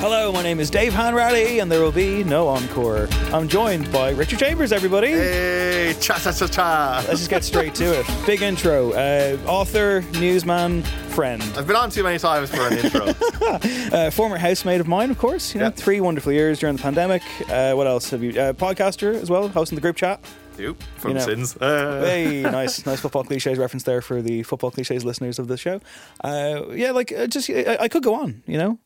Hello, my name is Dave Hanratty, and there will be no encore. I'm joined by Richard Chambers, everybody. Hey, cha cha cha cha. Let's just get straight to it. Big intro. Uh, author, newsman, friend. I've been on too many times for an intro. Uh, former housemate of mine, of course. You know, three wonderful years during the pandemic. Uh, what else have you? Uh, podcaster as well, hosting the group chat. Dude, from You know. Sins. Uh, Hey, nice, nice football cliches reference there for the football cliches listeners of the show. Uh, yeah, like uh, just I, I could go on. You know,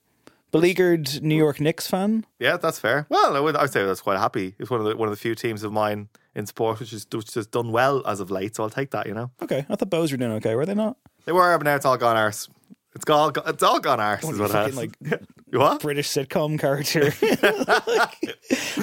beleaguered New York Knicks fan. Yeah, that's fair. Well, I would, I would say that's quite happy. It's one of the one of the few teams of mine in sport which is which has done well as of late. So I'll take that. You know, Okay, I thought Bows were doing okay, were they not? they were, but now it's all gone arse. It's all go- it's all gone arse. Is what it fucking, is. like, what? British sitcom character.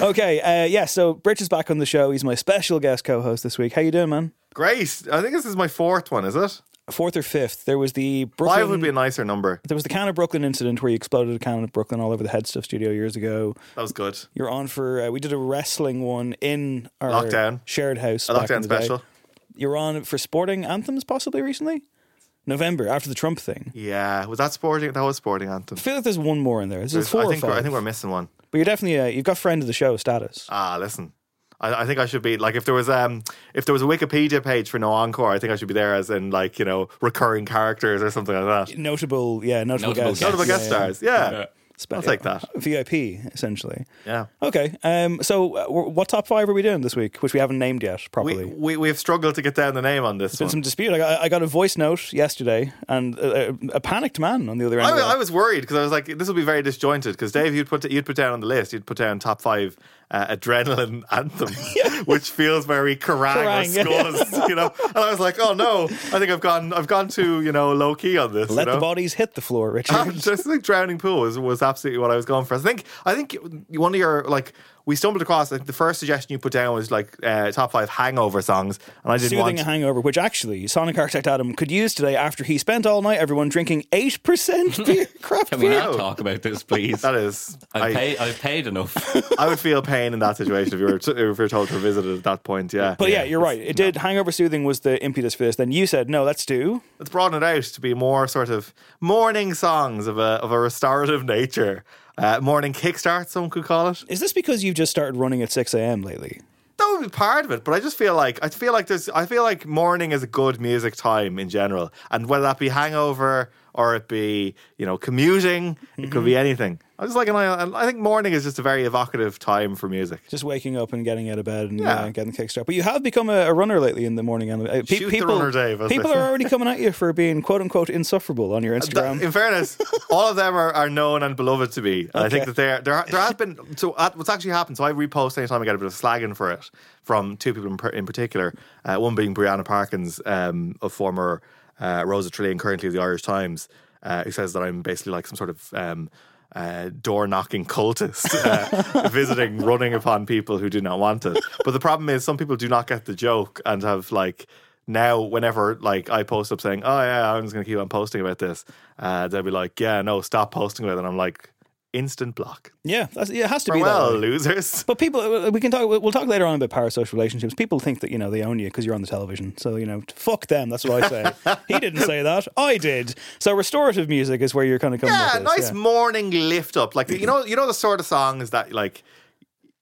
okay, uh, yeah. So Rich is back on the show. He's my special guest co-host this week. How you doing, man? Great. I think this is my fourth one. Is it? Fourth or fifth? There was the Brooklyn. Five would be a nicer number. there was the can of Brooklyn incident where you exploded a can of Brooklyn all over the head stuff studio years ago. That was good. You're on for uh, we did a wrestling one in our Lockdown. shared house. A back in lockdown the day. special. You're on for sporting anthems possibly recently, November after the Trump thing. Yeah, was that sporting? That was sporting anthem. I feel like there's one more in there. There's, There's- four I or think we're- five. I think we're missing one. but you're definitely uh, you've got friend of the show status. Ah, listen. I, I think I should be like if there was um if there was a Wikipedia page for No Encore, I think I should be there as in like you know recurring characters or something like that. notable, yeah, notable, Notable guests. guests. Notable guest stars, yeah. Spe- I'll take that. VIP, essentially. Yeah. Okay. Um, so, uh, w- what top five are we doing this week, which we haven't named yet We, properly? we we've struggled to get down the name on this There's been one. some dispute. I got, I got a voice note yesterday, and a, a, a panicked man on the other end. I, of wa- that. I was worried because I was like, this will be very disjointed. Because Dave, you'd put you'd put down on the list, you'd put down top five uh, adrenaline anthems, which feels very Kerrang or Kerrang, yeah. scores, you know. And I was like, oh no, I think I've gone I've gone too you know low key on this. you Let know? the bodies hit the floor, Ah, I Richard. just think drowning pool was, was absolutely what I was going for. I think I think one of your like we stumbled across like the first suggestion you put down was like uh, top five hangover songs, and I didn't Soothing want. a hangover, which actually Sonic Architect Adam could use today after he spent all night everyone drinking eight percent beer craft Can we beer. not talk about this, please? that is, I've, I, pay, I've paid enough. I would feel pain in that situation if you were if you're told to revisit it at that point. Yeah, But yeah, you're right. It did. Hangover soothing was the impetus for this. Then you said, "No, let's do." let's broaden it out to be more sort of morning songs of a of a restorative nature, uh, morning kickstart, some could call it. Is this because you've just started running at six a.m. lately? That would be part of it, but I just feel like I feel like there's I feel like morning is a good music time in general, and whether that be hangover or it be you know commuting. It could be anything. I just like an eye. I think morning is just a very evocative time for music. Just waking up and getting out of bed and Yeah. yeah. getting the kickstart. But you have become a, a runner lately in the morning. And uh, Shoot the runner, Dave, as they people say. Uh, are already coming at you for being quote unquote insufferable on your Instagram. In fairness, all of them are, are known and beloved to me. And I think Okay. that there there there has been so at, what's actually happened. So I repost anytime I get a bit of slagging for it from two people in, par- in particular. Uh, one being Brianna Parkins, um, a former uh, Rosa Trillian, currently of the Irish Times, uh, who says that I'm basically like some sort of um, uh, door knocking cultist uh, visiting, running upon people who do not want it. But the problem is, some people do not get the joke and have like now whenever like I post up saying, "Oh yeah, I'm just gonna keep on posting about this," uh, they'll be like, "Yeah, no, stop posting about it." And I'm like, instant block. yeah, that's, yeah, it has to be that. Farewell, way. losers. But people, uh, we can talk. We'll talk later on about parasocial relationships. People think that you know they own you because you're on the television. So you know, fuck them. That's what I say. he didn't say that. I did. So restorative music is where you're kind of coming. Yeah, at this, nice morning lift up. Like you know, you know the sort of songs that like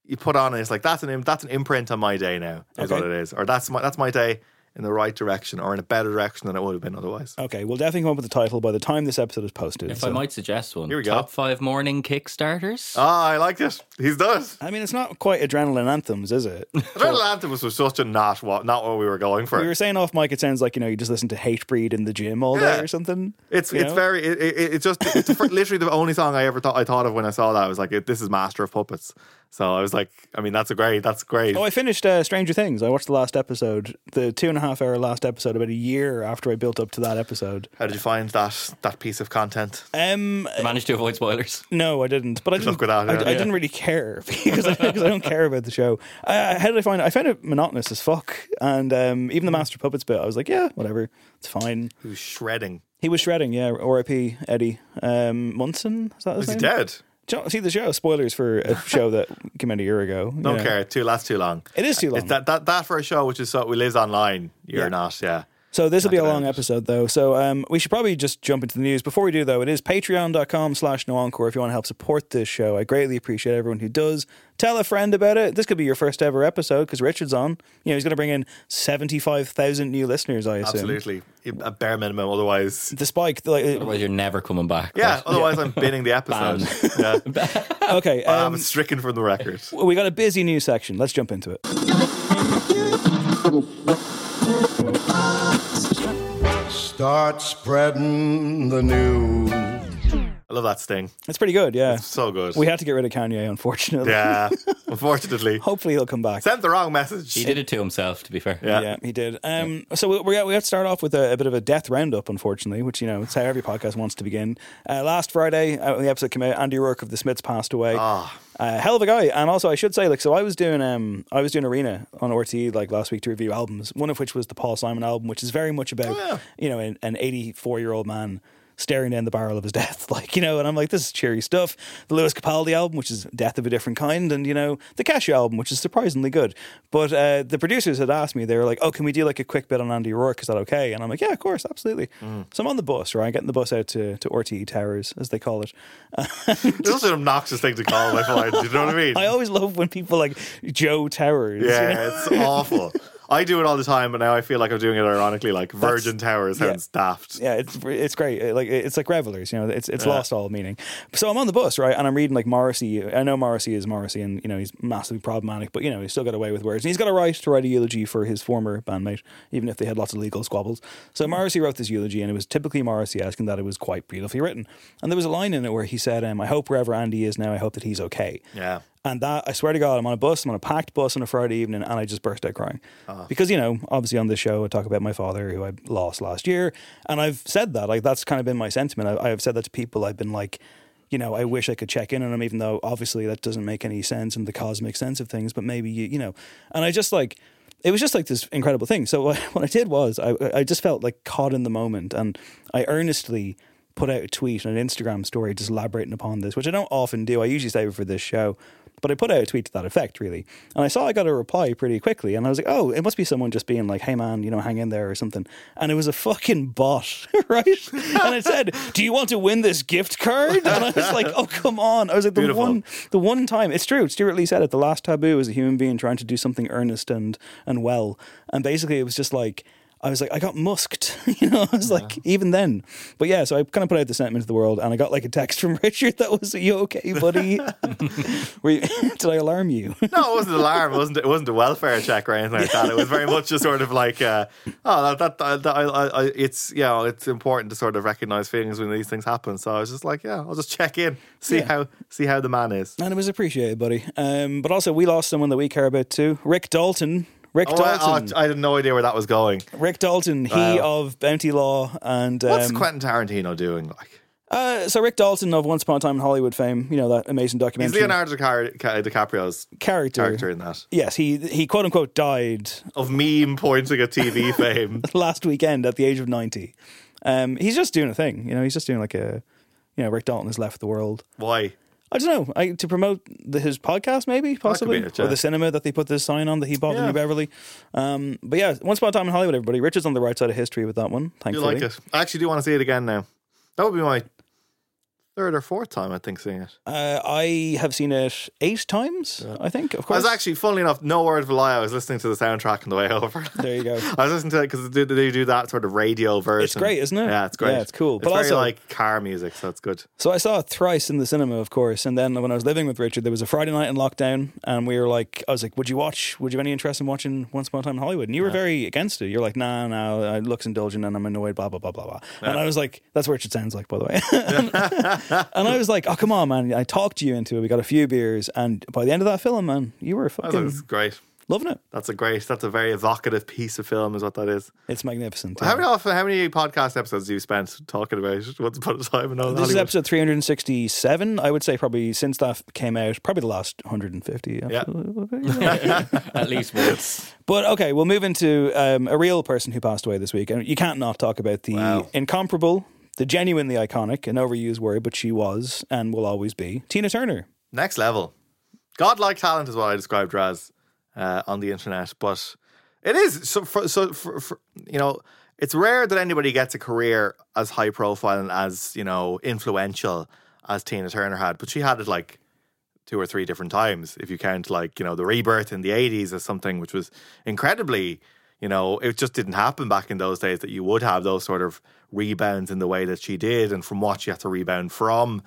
you put on and it's like that's an im- that's an imprint on my day now is Okay. what it is, or that's my that's my day in the right direction or in a better direction than it would have been otherwise. Okay, we'll definitely come up with the title by the time this episode is posted. If I so- might suggest one, Here we go. top five morning Kickstarters. Ah, I liked it. He's done it. I mean, it's not quite adrenaline anthems, is it? Adrenaline Anthem was, was such a not what not what we were going for. We were saying off mic, it sounds like you know you just listen to Hate Breed in the gym all Yeah. day or something. It's you it's know? very it, it, it's just it's fr- literally the only song I ever thought I thought of when I saw that. I was like, this is Master of Puppets. So I was like, I mean, that's a great, that's great. Oh, I finished uh, Stranger Things. I watched the last episode, the two and a half hour last episode, about a year after I built up to that episode. How did you find that that piece of content? Um, I managed to avoid spoilers. no, I didn't. But I didn't. luck with that, I, yeah. I Yeah. didn't really care because I, because I don't care about the show. Uh, how did I find it? I found it monotonous as fuck, and um, even the Master Puppets bit, I was like, yeah, whatever, it's fine. Who's shredding? He was shredding, yeah. R.I.P. Eddie um, Munson. Is that his Is he name? dead? Do you not see the show? Spoilers for a show that came out a year ago. you Don't know. care. Too lasts too long. It is too long. It's that that that for a show which is so we lives online. You're Yeah. not. Yeah. So this will be a Not gonna long end. episode, though. So um, we should probably just jump into the news. Before we do, though, it is patreon.com slash no encore if you want to help support this show. I greatly appreciate everyone who does. Tell a friend about it. This could be your first ever episode because Richard's on. You know, he's going to bring in 75,000 new listeners, I assume. Absolutely. A bare minimum. Otherwise. The spike. Like, Otherwise, you're never coming back. Yeah. Right? Otherwise, I'm binning the episode. yeah. okay. I'm Um, stricken from the record. we got a busy news section. Let's jump into it. Start spreading the news. I love that sting. It's pretty good, yeah. So good. We had to get rid of Kanye, unfortunately. yeah. Uh, Unfortunately, Hopefully he'll come back. sent the wrong message. He did it to himself, to be fair. Yeah. Yeah, he did. Um, So we, we, we have to start off with a, a bit of a death roundup, unfortunately, which, you know, it's how every podcast wants to begin. Uh, last Friday, uh, when the episode came out, Andy Rourke of The Smiths passed away. Uh, hell of a guy. And also, I should say, like, so I was doing um, I was doing Arena on RTE, like, last week to review albums, one of which was the Paul Simon album, which is very much about, you know, an 84-year-old man staring down the barrel of his death. Like, you know, and I'm like, this is cheery stuff. The Lewis Capaldi album, which is Death of a Different Kind, and, you know, the Cashew album, which is surprisingly good. But uh, the producers had asked me, they were like, oh, can we do like a quick bit on Andy Rourke? Is that okay? And I'm like, yeah, of course, absolutely. Mm. So I'm on the bus, right? Getting the bus out to, to RTE Towers, as they call it. It's also an obnoxious thing to call my phone. Do you know what I mean? I always love when people like Joe Towers. you know? yeah, it's awful. I do it all the time, but now I feel like I'm doing it ironically. Like Virgin Towers sounds daft. Yeah, it's it's great. It, Like it's like revelers, you know. It's it's lost all meaning. So I'm on the bus, right, and I'm reading like Morrissey. I know Morrissey is Morrissey, and you know he's massively problematic, but you know he's still got away with words, and he's got a right to write a eulogy for his former bandmate, even if they had lots of legal squabbles. So Morrissey wrote this eulogy, and it was typically Morrissey asking that it was quite beautifully written, and there was a line in it where he said, um, "I hope wherever Andy is now, I hope that he's okay." Yeah. And that, I swear to God, I'm on a bus, I'm on a packed bus on a Friday evening, and I just burst out crying. Because, you know, obviously on this show, I talk about my father who I lost last year. And I've said that, like, that's kind of been my sentiment. I, I've said that to people. I've been like, you know, I wish I could check in on him, even though obviously that doesn't make any sense in the cosmic sense of things, but maybe, you, you know. And I just like, it was just like this incredible thing. So what, what I did was I, I just felt like caught in the moment and I earnestly put out a tweet and an Instagram story just elaborating upon this, which I don't often do. I usually save it for this show. But I put out a tweet to that effect, really. And I saw I got a reply pretty quickly. And I was like, oh, it must be someone just being like, hey, man, you know, hang in there or something. And it was a fucking bot, right? and it said, do you want to win this gift card? And I was like, oh, come on. I was like, the Beautiful. one the one time it's true stuart lee said it the last taboo is a human being trying to do something earnest and and well and basically it was just like I was like, I got musked. you know, I was like, even then. But yeah, so I kind of put out the sentiment to the world, and I got like a text from Richard that was, "Are you okay, buddy? Were you, did I alarm you?" No, it wasn't an alarm. It wasn't. It wasn't a welfare check or anything like that. It was very much just sort of like, uh, oh, that, that, that I, I, I, it's you know, it's important to sort of recognize feelings when these things happen. So I was just like, yeah, I'll just check in, see how see how the man is. And it was appreciated, buddy. Um, but also, we lost someone that we care about too, Rick Dalton. Rick Oh, I, Dalton. oh, I had no idea where that was going. Rick Dalton, he of Bounty Law and What's um, Quentin Tarantino doing? Like uh, so Rick Dalton of Once Upon a Time in Hollywood fame, you know that amazing he's documentary Leonardo DiCar- Ca- DiCaprio's character. character in that Yes, he he quote unquote died of meme pointing at TV fame. last weekend at the age of ninety. Um, he's just doing a thing, you know. He's just doing like a, you know, Rick Dalton has left the world. Why? I don't know I, to promote the, his podcast, maybe possibly, it, or yeah. the cinema that they put this sign on that he bought in New Beverly. Um, but yeah, Once Upon a Time in Hollywood, everybody. Richard's on the right side of history with that one. You Thankfully, like it? I actually do want to see it again now. That would be my third or fourth time, I think, seeing it. Uh, I have seen it eight times. I think, of I course. was actually, funnily enough, no word of a lie. I was listening to the soundtrack on the way over. There you go. I was listening to it because they, do- they do that sort of radio version. great, isn't it? Yeah, it's great. Yeah, it's cool. It's But very also- like car music, so it's good. So I saw it thrice in the cinema, of course, and then when I was living with Richard, there was a Friday night in lockdown, and we were like, I was like, "Would you watch? Would you have any interest in watching Once Upon a Time in Hollywood?" And you were very against it. You're like, "Nah, nah, it looks indulgent, and I'm annoyed." Blah blah blah blah blah. And I was like, "That's what Richard sounds like, by the way." and I was like, "Oh come on, man!" I talked you into it. We got a few beers, and by the end of that film, man, you were I thought fucking it's great. loving it. That's a great. That's a very evocative piece of film, is what that is. It's magnificent. How yeah. many often? How many podcast episodes have you spent talking about Once Upon a Time in Hollywood? This is episode 367. I would say probably since that came out, probably the last 150. Yeah. At least once. But okay, we'll move into um, a real person who passed away this week. And you can't not talk about the incomparable, the genuinely iconic, an overused word, but she was and will always be Tina Turner. Next level. Godlike talent is what I described her as uh, on the internet, but it is so. For, so for, for, you know, it's rare that anybody gets a career as high profile and as you know influential as Tina Turner had, but she had it like two or three different times. If you count like you know the rebirth in the eighties as something which was incredibly, you know, it just didn't happen back in those days that you would have those sort of rebounds in the way that she did, and from what she had to rebound from.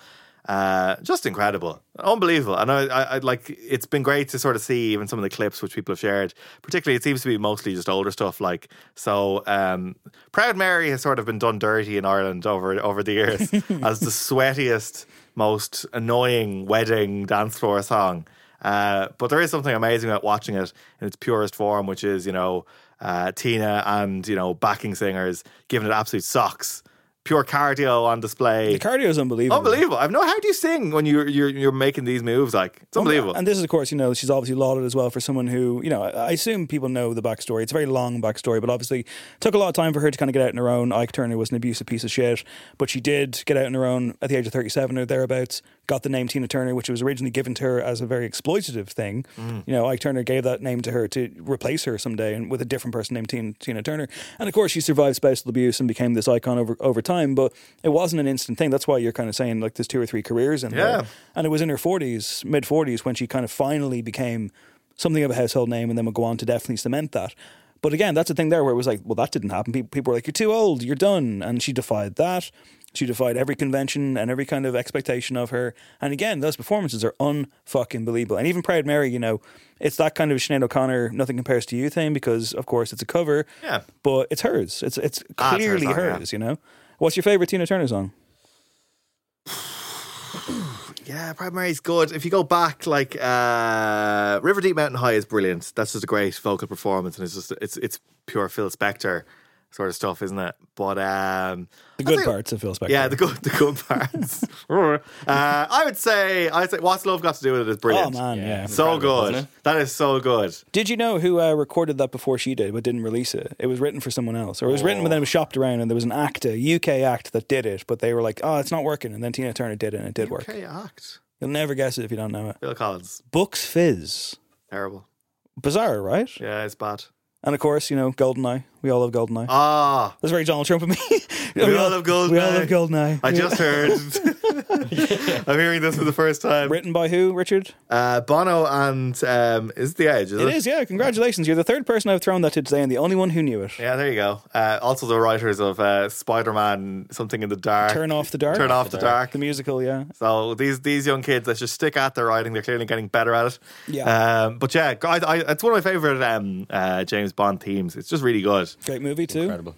Uh, just incredible, unbelievable, and I, I, I like. It's been great to sort of see even some of the clips which people have shared. Particularly, it seems to be mostly just older stuff. Like so, um, Proud Mary has sort of been done dirty in Ireland over over the years as the sweatiest most annoying wedding dance floor song. Uh, but there is something amazing about watching it in its purest form, which is, you know, uh, Tina and, you know, backing singers giving it absolute socks. Pure cardio on display. The cardio is unbelievable. unbelievable. I've no how do you sing when you're you're you're making these moves? Like it's unbelievable. And this is, of course, you know, she's obviously lauded as well for someone who, you know, I I assume people know the backstory. It's a very long backstory, but obviously took a lot of time for her to kind of get out on her own. Ike Turner was an abusive piece of shit, but she did get out on her own at the age of 37 or thereabouts. Got the name Tina Turner, which was originally given to her as a very exploitative thing. Mm. You know, Ike Turner gave that name to her to replace her someday and with a different person named Tina, Tina Turner. And of course, she survived spousal abuse and became this icon over, over time, but it wasn't an instant thing. That's why you're kind of saying like there's two or three careers in Yeah. there. And it was in her 40s, mid 40s, when she kind of finally became something of a household name and then would go on to definitely cement that. But again, that's the thing there where it was like, well, that didn't happen. People, people were like, you're too old, you're done. And she defied that. She defied every convention and every kind of expectation of her. And again, those performances are unfucking believable. And even Proud Mary, you know, it's that kind of Sinead O'Connor, nothing compares to you thing because, of course, it's a cover. Yeah. But it's hers. It's it's Ah, it's her clearly song, yeah. hers, you know? What's your favorite Tina Turner song? Yeah, Proud Mary's good. If you go back, like uh, River Deep Mountain High is brilliant. That's just a great vocal performance, and it's just it's it's pure Phil Spector sort of stuff, isn't it? But um, The I good think- parts of Phil Spector. Yeah, the good the good parts. uh, I would say I would say what's love got to do with it is Oh, brilliant. man, yeah. so wasn't good. it? That is so good. Did you know who uh, recorded that before she did, but didn't release it? It was written for someone else, or it was written, but then it Oh. was shopped around, and there was an act, a UK act, that did it, but they were like, "Oh, it's not working," and then Tina Turner did it, and it did work. Okay, act. You'll never guess it if you don't know it. Bill Collins, Books Fizz, terrible. bizarre, right? Yeah, it's bad. And of course, you know, Goldeneye. We all love Goldeneye. Ah, That's very Donald Trump of me. we all love Goldeneye. We all love Goldeneye. I Yeah. just heard. I'm hearing this for the first time. Written by who, Richard? Uh, Bono and um, is the Edge. Is It is, yeah. Congratulations. You're the third person I've thrown that to today and the only one who knew it. Yeah, there you go. Uh, also, the writers of uh, Spider-Man, something in the dark, Turn off the dark. Turn Off the Dark. The musical, yeah. So these these young kids that just stick at their writing, they're clearly getting better at it. Yeah. Um, but yeah, I, I, it's one of my favorite um, uh, James Bond themes. It's just really good. Great movie too. Incredible.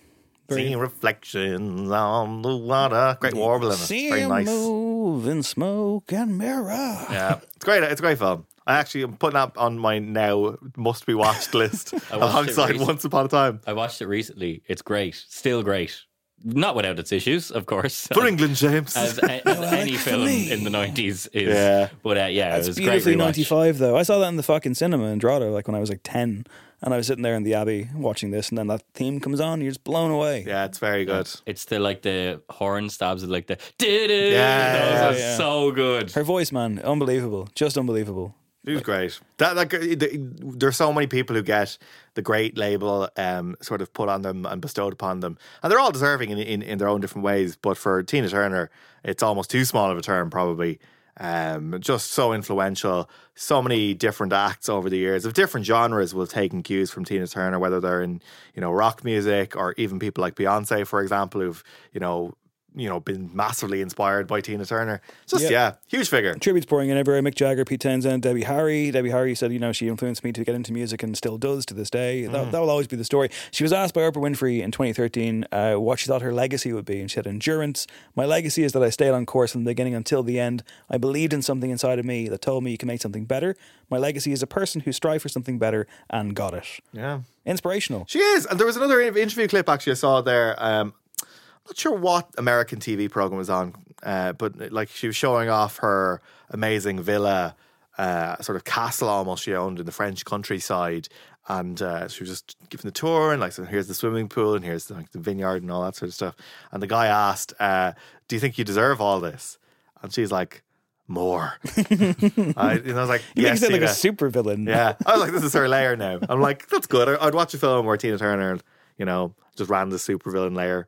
Seeing reflections on the water, great warbling. It's See very him nice. move in smoke and mirror. Yeah, it's great. It's a great film. I actually am putting up on my now must be watched list I watched it alongside recent- Once Upon a Time. I watched it recently. It's great. Still great. Not without its issues, of course. For England, James. As, as any for film me. in the 90s is. Yeah. But uh, yeah, That's it was a great. beautifully rewatch. 95 though. I saw that in the fucking cinema in Drogheda like when I was like 10 and I was sitting there in the Abbey watching this and then that theme comes on and you're just blown away. yeah, it's very good. It's still like the horn stabs it like the did it. Yeah, Those are yeah. so good. Her voice, man, unbelievable. Just unbelievable. He was great. That like there's so many people who get the great label um, sort of put on them and bestowed upon them, and they're all deserving in, in, in their own different ways. But for Tina Turner, it's almost too small of a term, probably. Um, just so influential. So many different acts over the years of different genres will taking cues from Tina Turner, whether they're in you know rock music or even people like Beyonce, for example, who've you know you know been massively inspired by Tina Turner. Just Yeah. yeah huge figure. Tributes pouring in everywhere. Mick Jagger, Pete Townsend, Debbie Harry. Debbie Harry said, you know, she influenced me to get into music and still does to this day. That, that will always be the story. She was asked by Oprah Winfrey in 2013 uh, what she thought her legacy would be, and she said, "Endurance. My legacy is that I stayed on course from the beginning until the end. I believed in something inside of me that told me you can make something better. My legacy is a person who strived for something better and got it. Yeah. Inspirational. She is. And there was another in- interview clip actually I saw there. Um, I'm not sure what American TV program was on, uh, but like she was showing off her amazing villa, uh, sort of castle almost she owned in the French countryside. And uh, she was just giving the tour and like, so here's the swimming pool and here's like the vineyard and all that sort of stuff. And the guy asked, uh, "Do you think you deserve all this?" And she's like, "More." I, and I was like, You make "Yes, it sound like a Tina." super villain. Yeah. I was like, this is her layer now. I'm like, that's good. I- I'd watch a film where Tina Turner, you know, just ran the supervillain layer.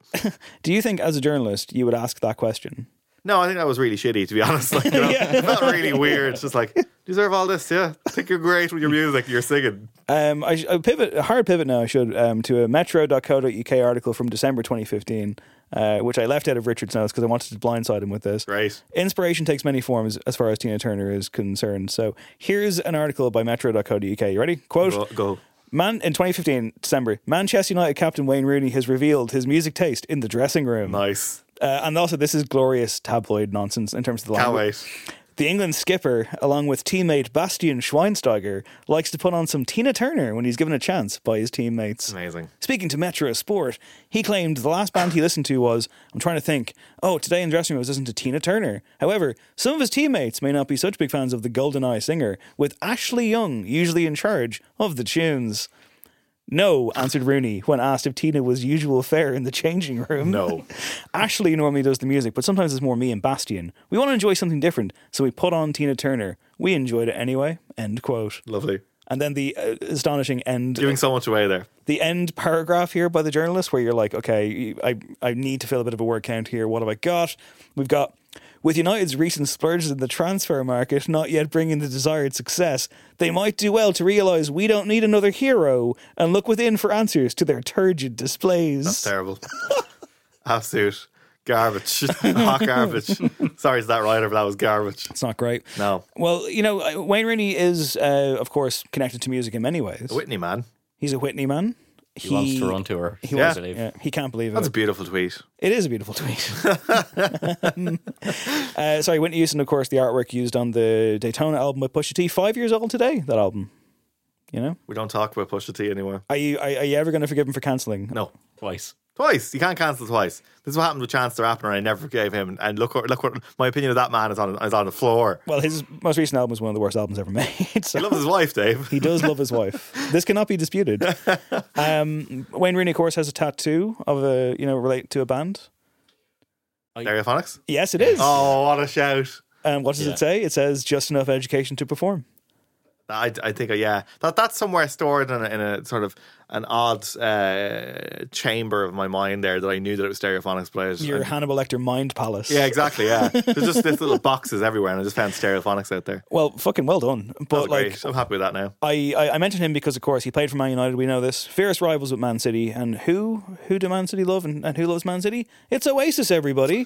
Do you think, as a journalist, you would ask that question? No, I think that was really shitty, to be honest. Like, you know, it felt really weird. It's just like, "You deserve all this. Yeah. I think you're great with your music, you're singing. Um, I, sh- a pivot, a hard pivot now. I should um, to a Metro.co.uk article from December 2015, uh, which I left out of Richard's notes because I wanted to blindside him with this. Great. Inspiration takes many forms as far as Tina Turner is concerned. So here's an article by Metro.co.uk. You ready? Quote. Go. go. Man, in 2015, December, Manchester United captain Wayne Rooney has revealed his music taste in the dressing room. Nice. Uh, and also, this is glorious tabloid nonsense in terms of the Can't language. wait. The England skipper, along with teammate Bastian Schweinsteiger, likes to put on some Tina Turner when he's given a chance by his teammates. Amazing. Speaking to Metro Sport, he claimed the last band he listened to was, I'm trying to think, oh, today in the dressing room I was listening to Tina Turner. However, some of his teammates may not be such big fans of the Golden Eye singer, with Ashley Young usually in charge of the tunes. No, answered Rooney when asked if Tina was usual fare in the changing room. No. Ashley normally does the music, but sometimes it's more me and Bastian. We want to enjoy something different, so we put on Tina Turner. We enjoyed it anyway. End quote. Lovely. And then the uh, astonishing end Giving so much away there. the end paragraph here by the journalist where you're like, okay, I, I need to fill a bit of a word count here. What have I got? We've got, with United's recent splurges in the transfer market not yet bringing the desired success, they might do well to realise we don't need another hero and look within for answers to their turgid displays. That's terrible. Absolute garbage. Hot garbage. Sorry to that writer, but that was garbage. it's not great. No. Well, you know, uh, Wayne Rooney is, uh, of course, connected to music in many ways. Whitney, man. He's a Whitney man. He wants to run to her. He wants- to Yeah, he can't believe it. That's a beautiful tweet. It is a beautiful tweet. uh, sorry, Whitney Houston, of course, the artwork used on the Daytona album with Pusha T. Five years old today, that album. You know, We don't talk about Pusha T anymore. are you are, are you ever going to forgive him for cancelling? No. Twice. Twice. You can't cancel twice. This is what happened with Chance the Rapper, and I never forgave him. And look, what, look what my opinion of that man is on is on the floor. Well, his most recent album is one of the worst albums ever made. He So. loves his wife, Dave. He does love his wife. This cannot be disputed. Um, Wayne Rooney, of course, has a tattoo of a you know relate to a band. Stereophonics. Yes, it is. Oh, what a shout! And what does Yeah. it say? It says just enough education to perform. I, I think, uh, yeah, that that's somewhere stored in a, in a sort of an odd uh, chamber of my mind there that I knew that it was Stereophonics, but I just- Your I- Hannibal Lecter mind palace. yeah, exactly, yeah. There's just these little boxes everywhere, and I just found Stereophonics out there. Well, fucking well done. That was But like, great. I'm happy with that now. I, I, I mentioned him because, of course, he played for Man United. We know this. Fierce rivals with Man City. And who who do Man City love and, and who loves Man City? It's Oasis, everybody.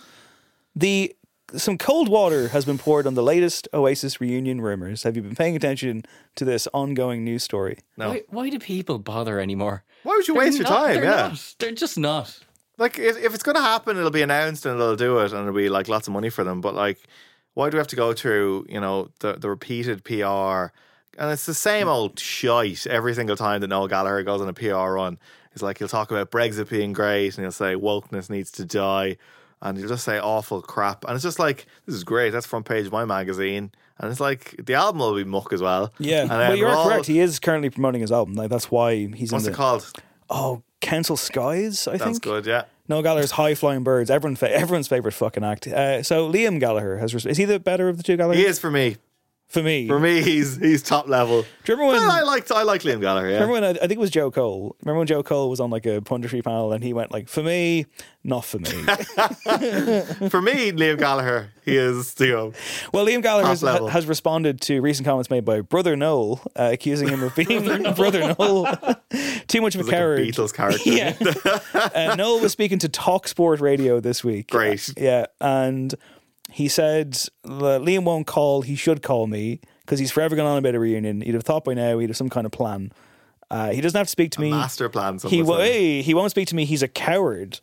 The Some cold water has been poured on the latest Oasis reunion rumors. Have you been paying attention to this ongoing news story? No. Why, why do people bother anymore? Why would you They're waste your not- time? They're Yeah. not. They're just not. Like, if, if it's going to happen, it'll be announced and they'll do it, and it'll be like lots of money for them. But like, why do we have to go through, you know, the, the repeated PR? And it's the Mm. same old shite every single time that Noel Gallagher goes on a PR run. It's like he'll talk about Brexit being great, and he'll say wokeness needs to die, and he'll just say awful crap. And it's just like this is great. That's front page of my magazine, and it's like the album will be muck as well. Yeah. and Well, you're we're all- correct. He is currently promoting his album. Like, that's why he's What's in it the. called? Oh, Council Skies, I That's think. good. Yeah. No Gallagher's High Flying Birds. Everyone, fa- everyone's favorite fucking act. Uh, so Liam Gallagher has. Res- is he the better of the two Gallagher? He is for me. for me. For me, he's he's top level. Do you remember when- Well, I liked I like Liam Gallagher. Yeah. Remember when I, I think it was Joe Cole? Remember when Joe Cole was on like a punditry panel and he went like, "For me, not for me." For me, Liam Gallagher, he is you know, well, Liam Gallagher Top has, level. has responded to recent comments made by Brother Noel, uh, accusing him of being Brother Noel too much of a like a coward. Beatles character. yeah, uh, Noel was speaking to Talk Sport Radio this week. Uh, Great. yeah, and he said that Liam won't call. He should call me because he's forever gone on about a reunion. He'd have thought by now he'd have some kind of plan. Uh, he doesn't have to speak to me. master plan, some He would wo- say. hey, he won't speak to me. He's a coward.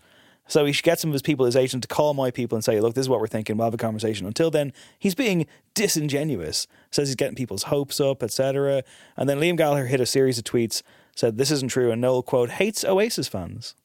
So he should get some of his people, his agent, to call my people and say, "Look, this is what we're thinking. We'll have a conversation." Until then, he's being disingenuous. Says he's getting people's hopes up, etc. And then Liam Gallagher hit a series of tweets, said this isn't true, and Noel quote hates Oasis fans,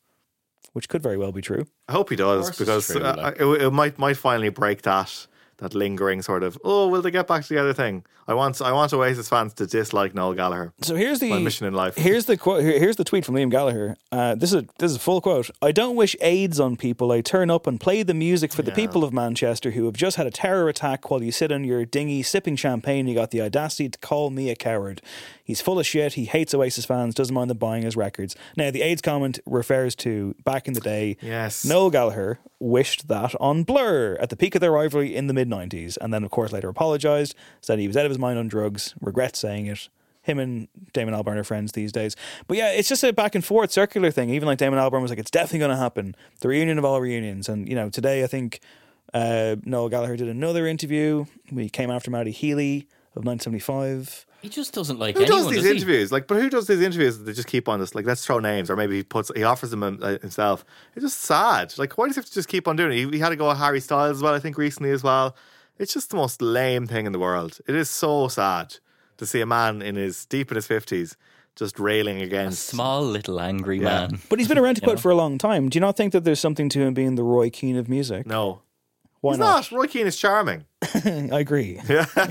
which could very well be true. I hope he does it's because true, uh, like- it, it might might finally break that that lingering sort of oh will they get back to the other thing? I want I want Oasis fans to dislike Noel Gallagher. So here's the My mission in life. Here's the quote. here- Here's the tweet from Liam Gallagher. Uh, this is a, this is a full quote. I don't wish AIDS on people. I turn up and play the music for the people of Manchester who have just had a terror attack while you sit on your dinghy sipping champagne. You got the audacity to call me a coward. He's full of shit. He hates Oasis fans. Doesn't mind them buying his records. Now the AIDS comment refers to back in the day. Yes. Noel Gallagher wished that on Blur at the peak of their rivalry in the mid 90s, and then, of course, later apologized, said he was out of his mind on drugs, regrets saying it. Him and Damon Albarn are friends these days. But yeah, it's just a back and forth circular thing. Even like Damon Albarn was like, it's definitely going to happen. The reunion of all reunions. And, you know, today I think uh, Noel Gallagher did another interview. We came after Matty Healy of 1975. He just doesn't like Who anyone. does these does he? interviews? Like, but who does these interviews? That they just keep on this. Like, let's throw names, or maybe he puts he offers them him- uh, himself. It's just sad. Like, why does he have to just keep on doing it? He, he had to go at Harry Styles as well, I think, recently as well. It's just the most lame thing in the world. It is so sad to see a man in his deep in his fifties just railing against. Small little angry man. But he's been around to quote for a long time. Do you not think that there's something to him being the Roy Keane of music? no, Why he's not. Roy Keane is charming. I agree.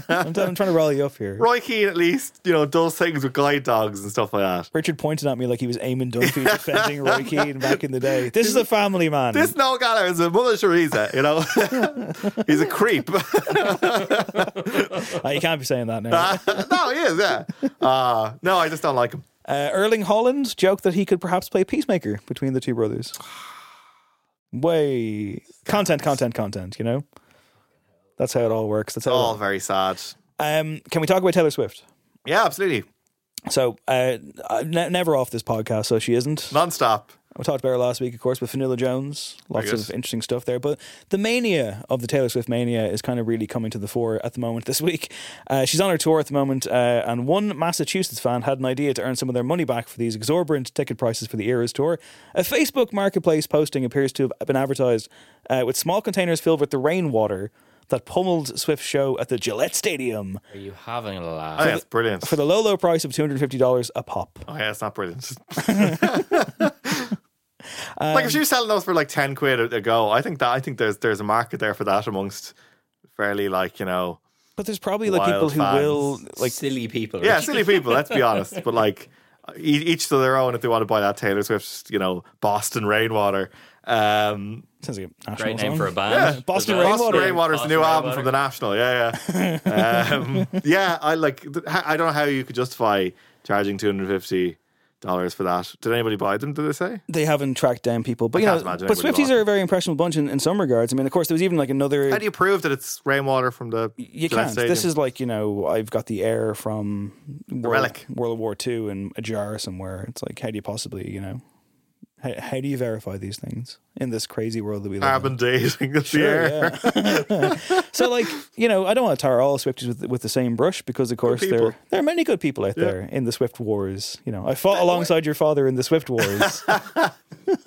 I'm, t- I'm trying to rally you up here. Roy Keane, at least, you know, does things with guide dogs and stuff like that. Richard pointed at me like he was Eamon Dunphy defending Roy Keane back in the day. This is a family man. This Noel Gallagher is a mother Teresa, you know. he's a creep. Uh, you can't be saying that Ah. now. no, he is, yeah. Uh, no, I just don't like him. Uh, Erling Holland joked that he could perhaps play peacemaker between the two brothers. Way content, content, content. You know, that's how it all works. That's how. it All all very sad. um, can we talk about Taylor Swift? Yeah, absolutely. So, uh, I'm ne- never off this podcast, so she isn't. Non stop. We talked about her last week, of course, with Vanilla Jones. Lots Very of good. interesting stuff there. But the mania of the Taylor Swift mania is kind of really coming to the fore at the moment this week. Uh, she's on her tour at the moment, uh, and one Massachusetts fan had an idea to earn some of their money back for these exorbitant ticket prices for the Eras tour. A Facebook marketplace posting appears to have been advertised uh, with small containers filled with the rainwater that pummeled Swift's show at the Gillette Stadium Are you having a laugh? Oh, yeah, it's brilliant. for the low, low price of $250 a pop. Oh, yeah, it's not brilliant. Um, like if she was selling those for like ten quid a, a go, I think that I think there's there's a market there for that amongst fairly like you know But there's probably like Wild people who fans. will like like silly people. yeah Richard. silly people. Let's be honest, but like e- each to their own. If they want to buy that Taylor Swift, you know Boston rainwater, um, Sounds like a national Great name song. for a band. Yeah, as Boston well. Boston Rainwater. Rainwater's the new Boston album from the Rainwater. National. Yeah, yeah, um, yeah. I like. th- I don't know how you could justify charging two hundred fifty dollars for that. Did anybody buy them? Did they say? They haven't tracked down people, but you know, can't but imagine it would be Swifties lost. are a very impressionable bunch in, in some regards. I mean, of course, there was even like another. How do you prove that it's rainwater from the? you Gillette can't. Stadium? This is like you know, I've got the air from World, relic. World War II in a jar somewhere. It's like, how do you possibly, you know, how, how do you verify these things in this crazy world that we live in? carbon dating. That's the air. so like you know i don't want to tar all swifties with, with the same brush because of course people. there there are many good people out there in the swift wars you know i fought alongside your father in the swift wars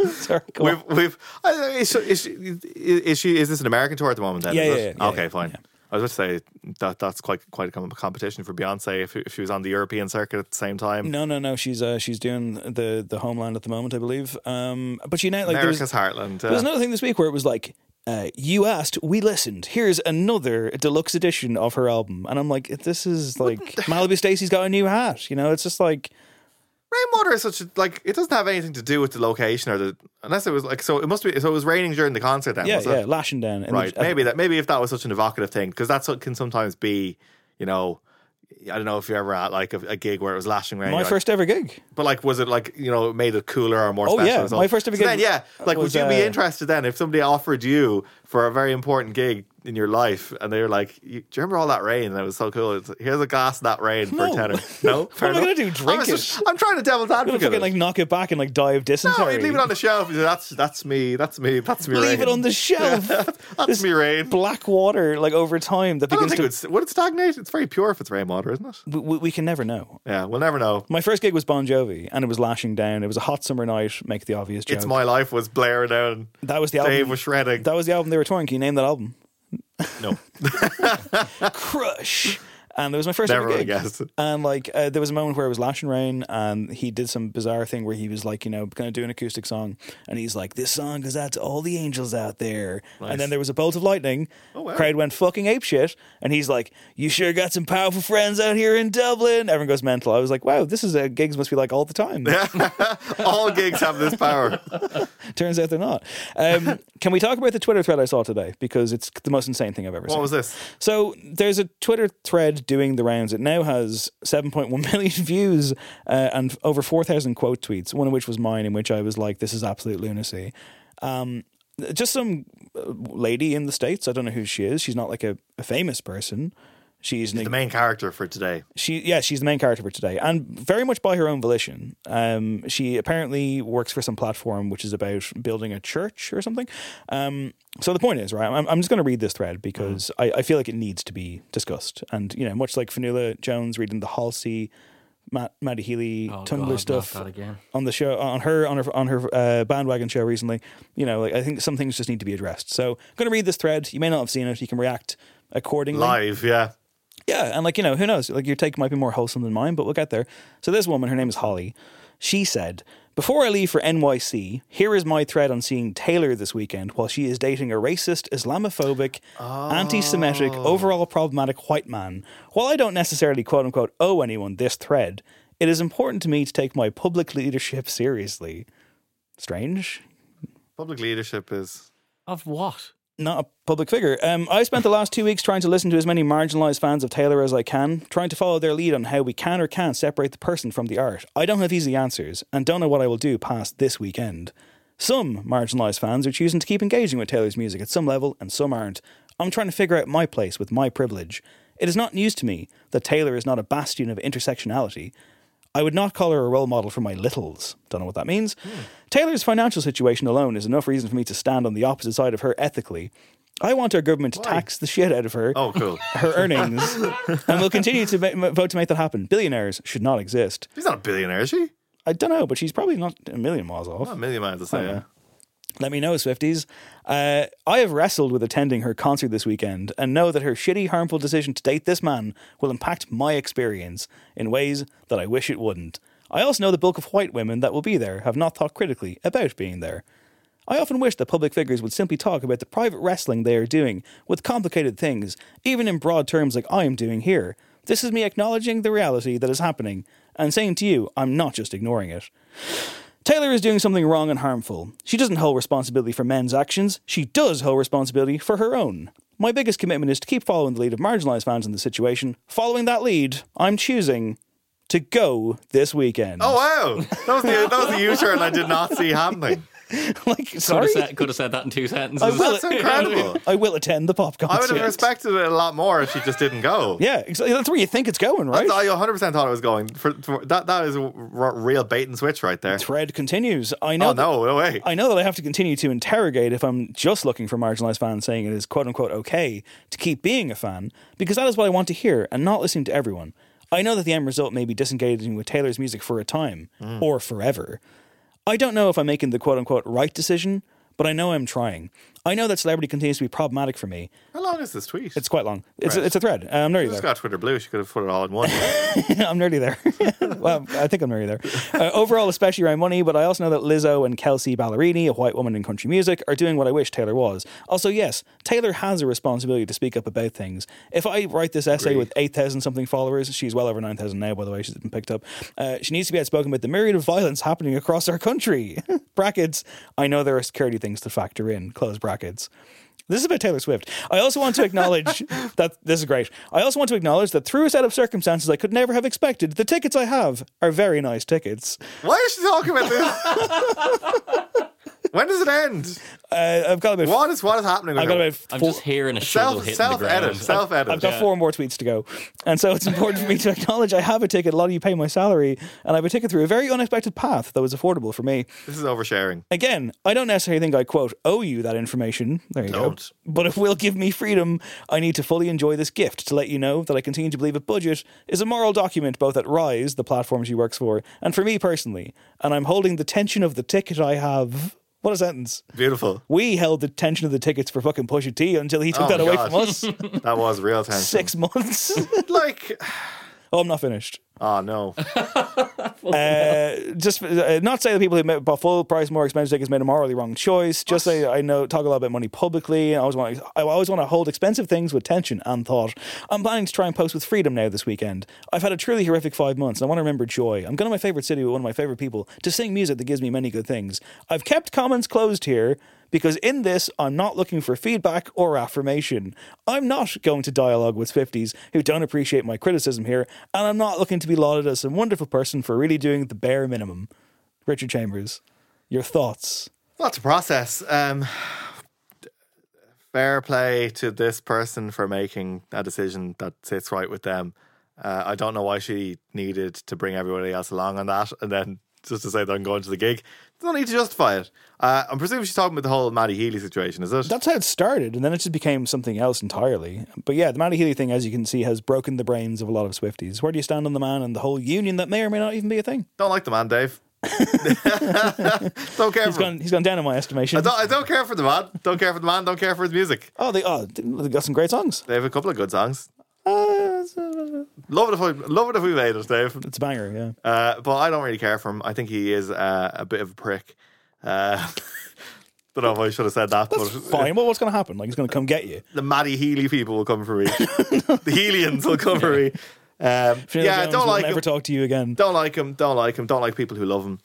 Sorry, go on. We've, we've, I- I- is, is, is she, is this an American tour at the moment then? Yeah, is yeah, it? yeah, yeah, okay, yeah, fine. I was about to say that that's quite, quite a com- competition for Beyonce if, if she was on the European circuit at the same time. no no no she's uh, she's doing the the homeland at the moment i believe um but you know like there's, America's heartland. there was uh, another thing this week where it was like uh, you asked, we listened. Here's another deluxe edition of her album, and I'm like, this is like Malibu Stacy's got a new hat. You know, it's just like Rainwater is such a, like, it doesn't have anything to do with the location or the, unless it was like, so it must be, so it was raining during the concert then, yeah, was yeah, it? lashing down. And Right. uh, maybe that, maybe if that was such an evocative thing, because that's what can sometimes be, you know, I don't know if you're ever at like a, a gig where it was lashing rain. my you're like, first ever gig. But like, was it like you know it made it cooler or more? Oh, special yeah. or something? My first ever So gig then, yeah, like, was, would you be uh, interested then if somebody offered you for a very important gig in your life, and they were like, you, "Do you remember all that rain? That was so cool. It's, here's a glass of that rain for No. a tenner." No, What am I gonna do, drink I'm, it? I'm trying to devil's gonna advocate. fucking it. like knock it back and like die of no, dysentery. you'd leave it on the shelf. You'd say, That's that's me. That's me. That's me. Leave rain. it on the shelf. That's me rain. Black water, like over time, that I don't begins think it to. would, st- would it stagnate. It's very pure if it's rainwater, isn't it? We, we- we can never know. Yeah, we'll never know. My first gig was Bon Jovi, and it was lashing down. It was a hot summer night. Make the obvious joke. It's my life was blaring down. that was the album. Dave was shredding. That was the album they were touring. Can you name that album? no, Crush. And it was my first never ever would have gig. guessed. And like, uh, there was a moment where it was lashing rain, and he did some bizarre thing where he was like, you know, going to do an acoustic song, and he's like, "This song is out to all the angels out there." And then there was a bolt of lightning. Oh, wow. Crowd went fucking ape shit, and he's like, "You sure got some powerful friends out here in Dublin." Everyone goes mental. I was like, "Wow, this is a gigs must be like all the time." All gigs have this power. Turns out they're not. Um, can we talk about the Twitter thread I saw today because it's the most insane thing I've ever seen. What was this? So there's a Twitter thread doing the rounds. It now has 7.1 million views uh, and over 4,000 quote tweets, one of which was mine, in which I was like, this is absolute lunacy. Um, just some uh, lady in the States. I don't know who she is. She's not like a, a famous person. She's an The main character for today. she yeah she's the main character for today and very much by her own volition um she apparently works for some platform which is about building a church or something um so the point is right i'm, I'm just going to read this thread because Mm-hmm. I, I feel like it needs to be discussed and you know much like fanula jones reading the halsey Matt, Maddie Healy, Oh, Tumblr God, not stuff that again. on the show on her on her on her uh, bandwagon show recently. You know, like I think some things just need to be addressed. So I'm going to read this thread. You may not have seen it. You can react accordingly. Live, yeah. Yeah, and like you know, who knows? Like your take might be more wholesome than mine, but we'll get there. So this woman, her name is Holly. She said, "Before I leave for NYC, here is my thread on seeing Taylor this weekend while she is dating a racist, Islamophobic, anti-Semitic, overall problematic white man. While I don't necessarily quote unquote owe anyone this thread, it is important to me to take my public leadership seriously." Strange, Public leadership is. Of what? not a public figure. Um, I spent the last two weeks trying to listen to as many marginalized fans of Taylor as I can, trying to follow their lead on how we can or can't separate the person from the art. I don't have easy answers, and don't know what I will do past this weekend. Some marginalized fans are choosing to keep engaging with Taylor's music at some level, and some aren't. I'm trying to figure out my place with my privilege. It is not news to me that Taylor is not a bastion of intersectionality. I would not call her a role model for my littles. Don't know what that means. Hmm. Taylor's financial situation alone is enough reason for me to stand on the opposite side of her ethically. I want our government to tax the shit out of her, Oh, cool. her earnings, and we'll continue to ma- ma- vote to make that happen. Billionaires should not exist. She's not a billionaire, is she? I don't know, but she's probably not a million miles off. Not a million miles to Oh, say. Yeah. Let me know, Swifties. Uh, I have wrestled with attending her concert this weekend and know that her shitty, harmful decision to date this man will impact my experience in ways that I wish it wouldn't. I also know the bulk of white women that will be there have not thought critically about being there. I often wish that public figures would simply talk about the private wrestling they are doing with complicated things, even in broad terms like I am doing here. This is me acknowledging the reality that is happening and saying to you, I'm not just ignoring it. Taylor is doing something wrong and harmful. She doesn't hold responsibility for men's actions, she does hold responsibility for her own. My biggest commitment is to keep following the lead of marginalized fans in the situation. Following that lead, I'm choosing to go this weekend. Oh wow, that was the that was the U-turn I did not see happening. like, Could sorry. have, said, could have said that in two sentences. I will, That's incredible. I will attend the pop I concert. would have respected it a lot more if she just didn't go. yeah, exactly. That's where you think it's going, right? I 100 percent thought it was going for, for that. That is a r- real bait and switch right there. Thread continues. I know. Oh that- no, no way. I know that I have to continue to interrogate if I'm just looking for marginalized fans saying it is quote unquote okay to keep being a fan, because that is what I want to hear and not listening to everyone. I know that the end result may be disengaging with Taylor's music for a time Mm. or forever. I don't know if I'm making the quote unquote right decision, but I know I'm trying. I know that celebrity continues to be problematic for me. How long is this tweet? It's quite long. It's, it's a thread. I'm nearly She's there. got Twitter blue. She could have put it all in one. I'm nearly there. well, I think I'm nearly there. Uh, overall, especially around money, but I also know that Lizzo and Kelsey Ballerini, a white woman in country music, are doing what I wish Taylor was. Also, yes, Taylor has a responsibility to speak up about things. If I write this essay with 8,000 something followers, she's well over 9,000 now, by the way, she's been picked up. Uh, she needs to be outspoken about the myriad of violence happening across our country. brackets. I know there are security things to factor in. Close brackets. This is about Taylor Swift. I also want to acknowledge that this is great. I also want to acknowledge that through a set of circumstances I could never have expected, the tickets I have are very nice tickets. Why is she talking about this? when does it end? Uh, I've got about, What is what is happening? With I've got her? about I'm four, just hearing a shovel self hitting the self ground. edit self edit. I've got four more tweets to go, and so it's important for me to acknowledge I have a ticket. A lot of you pay my salary, and I have a ticket through a very unexpected path that was affordable for me. This is oversharing. Again, I don't necessarily think I quote owe you that information. There you Don't. go. But it will give me freedom. I need to fully enjoy this gift to let you know that I continue to believe a budget is a moral document both at Rise, the platform she works for, and for me personally. And I'm holding the tension of the ticket I have. What a sentence. Beautiful. We held the tension of the tickets for fucking Pusha T until he took Oh that my away God. from us. That was real tension. Six months. Like, oh, I'm not finished. oh no. Uh, just uh, not say the people who made, bought full price more expensive tickets made a morally wrong choice. Just say I know talk a lot about money publicly. I always want I always want to hold expensive things with tension and thought. I'm planning to try and post with freedom now this weekend. I've had a truly horrific five months. and I want to remember joy. I'm going to my favorite city with one of my favorite people to sing music that gives me many good things. I've kept comments closed here. Because in this, I'm not looking for feedback or affirmation. I'm not going to dialogue with 50s who don't appreciate my criticism here, and I'm not looking to be lauded as some wonderful person for really doing the bare minimum. Richard Chambers, your thoughts. Lots of process. Um, fair play to this person for making a decision that sits right with them. Uh, I don't know why she needed to bring everybody else along on that, and then just to say that I'm going to the gig. There's no need to justify it. Uh, I'm presuming she's talking about the whole Maddie Healy situation, is it? That's how it started, and then it just became something else entirely. But yeah, the Matty Healy thing, as you can see, has broken the brains of a lot of Swifties. Where do you stand on the man and the whole union that may or may not even be a thing? don't like the man, Dave. don't care He's for gone, he's gone down in my estimation. Hmm. I don't, I don't care for the man. Don't care for the man. Don't care for his music. Oh, they, oh, they got some great songs. They have a couple of good songs. Uh, Love it if we, love it if we made it, Dave. it's a banger, yeah. Uh, but I don't really care for him. I think he is uh, a bit of a prick. Uh, don't know if I should have said that, but Fine. Well, what's going to happen? Like, he's going to come get you. the Maddie Healy people will come for me. the Helians will come for me. Um, Fiona yeah, Jones don't will like Never him. talk to you again. Don't like him. Don't like him. Don't like people who love him.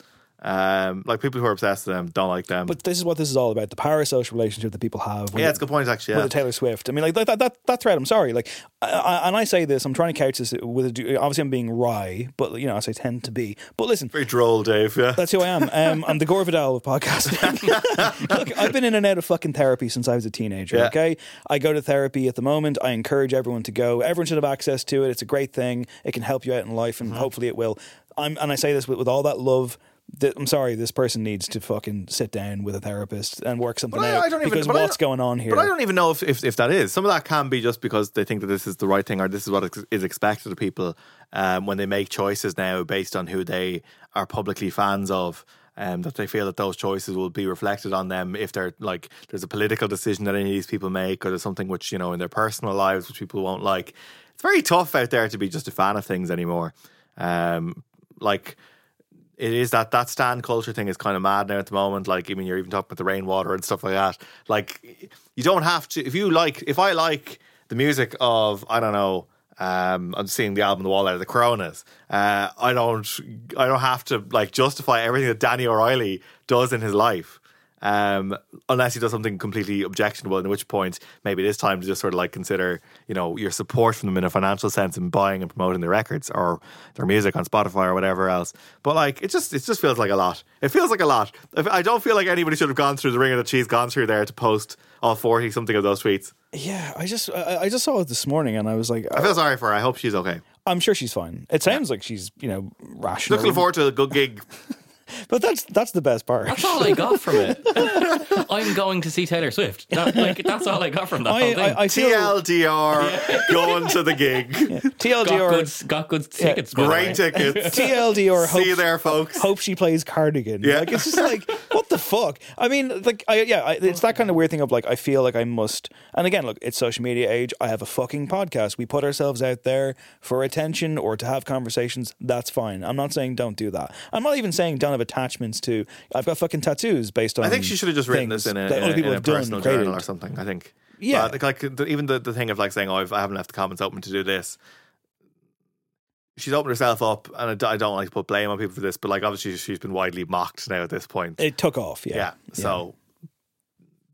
Um, like people who are obsessed with them. Don't like them. But this is what this is all about: the parasocial relationship that people have. With yeah, it's a good point actually. With Yeah. the Taylor Swift, I mean, like that that that, that thread. I'm sorry, like, I, I, and I say this. I'm trying to couch this with a, du- obviously I'm being wry, but you know, as I tend to be. But listen, Very droll, Dave. Yeah. that's who I am. Um, I'm the Gore Vidal of podcasting. Look, I've been in and out of fucking therapy since I was a teenager. Yeah. Okay, I go to therapy at the moment. I encourage everyone to go. Everyone should have access to it. It's a great thing. It can help you out in life, Mm-hmm. and hopefully, it will. I'm, and I say this with, with all that love. That I'm sorry, this person needs to fucking sit down with a therapist and work something But I- out I don't even- because but I what's don't- going on here? But I don't even know if, if, if that is. Some of that can be just because they think that this is the right thing or this is what ex- is expected of people um, when they make choices now based on who they are publicly fans of. Um, that they feel that those choices will be reflected on them if they're like there's a political decision that any of these people make or there's something which you know in their personal lives which people won't like. It's very tough out there to be just a fan of things anymore. Um, like it is that that stand culture thing is kind of mad now at the moment. Like, I mean, you're even talking about the rainwater and stuff like that. Like, you don't have to if you like. If I like the music of I don't know Um, I'm seeing the album The Wall Out of the Coronas. Uh, I don't I don't have to like justify everything that Danny O'Reilly does in his life. Um, unless he does something completely objectionable, at which point maybe it is time to just sort of like consider, you know, your support from them in a financial sense and buying and promoting their records or their music on Spotify or whatever else. But like, it just it just feels like a lot. It feels like a lot. If- I don't feel like anybody should have gone through the ringer that she's gone through there to post all forty something of those tweets. Yeah, I just I, I just saw it this morning and I was like, I feel sorry for her. I hope she's okay. I'm sure she's fine. It sounds like she's you know rational. Looking forward to a good gig. but that's that's the best part. That's all I got from it. I'm going to see Taylor Swift. That, like, that's all I got from that I- whole thing. I- I feel- TLDR going to the gig. TLDR got good, got good tickets. by the way. Great tickets. TLDR See you hopes- there, folks. hope she plays cardigan. Yeah. Like it's just like what the fuck. I mean, like I yeah, I, it's that kind of weird thing of like I feel like I must. And again, look, it's social media age. I have a fucking podcast. We put ourselves out there for attention or to have conversations. That's fine. I'm not saying don't do that. I'm not even saying don't have attachments to. I've got fucking tattoos based on. I think she should have just written this things in a, that in other a- people in a have done, personal created. journal or something. I think. Yeah. But, like like, the, even the, the thing of like saying, "Oh, I've, I haven't left the comments open to do this." She's opened herself up, and I, d- I don't like to put blame on people for this, but like obviously she's been widely mocked now at this point. It took off. Yeah. yeah. So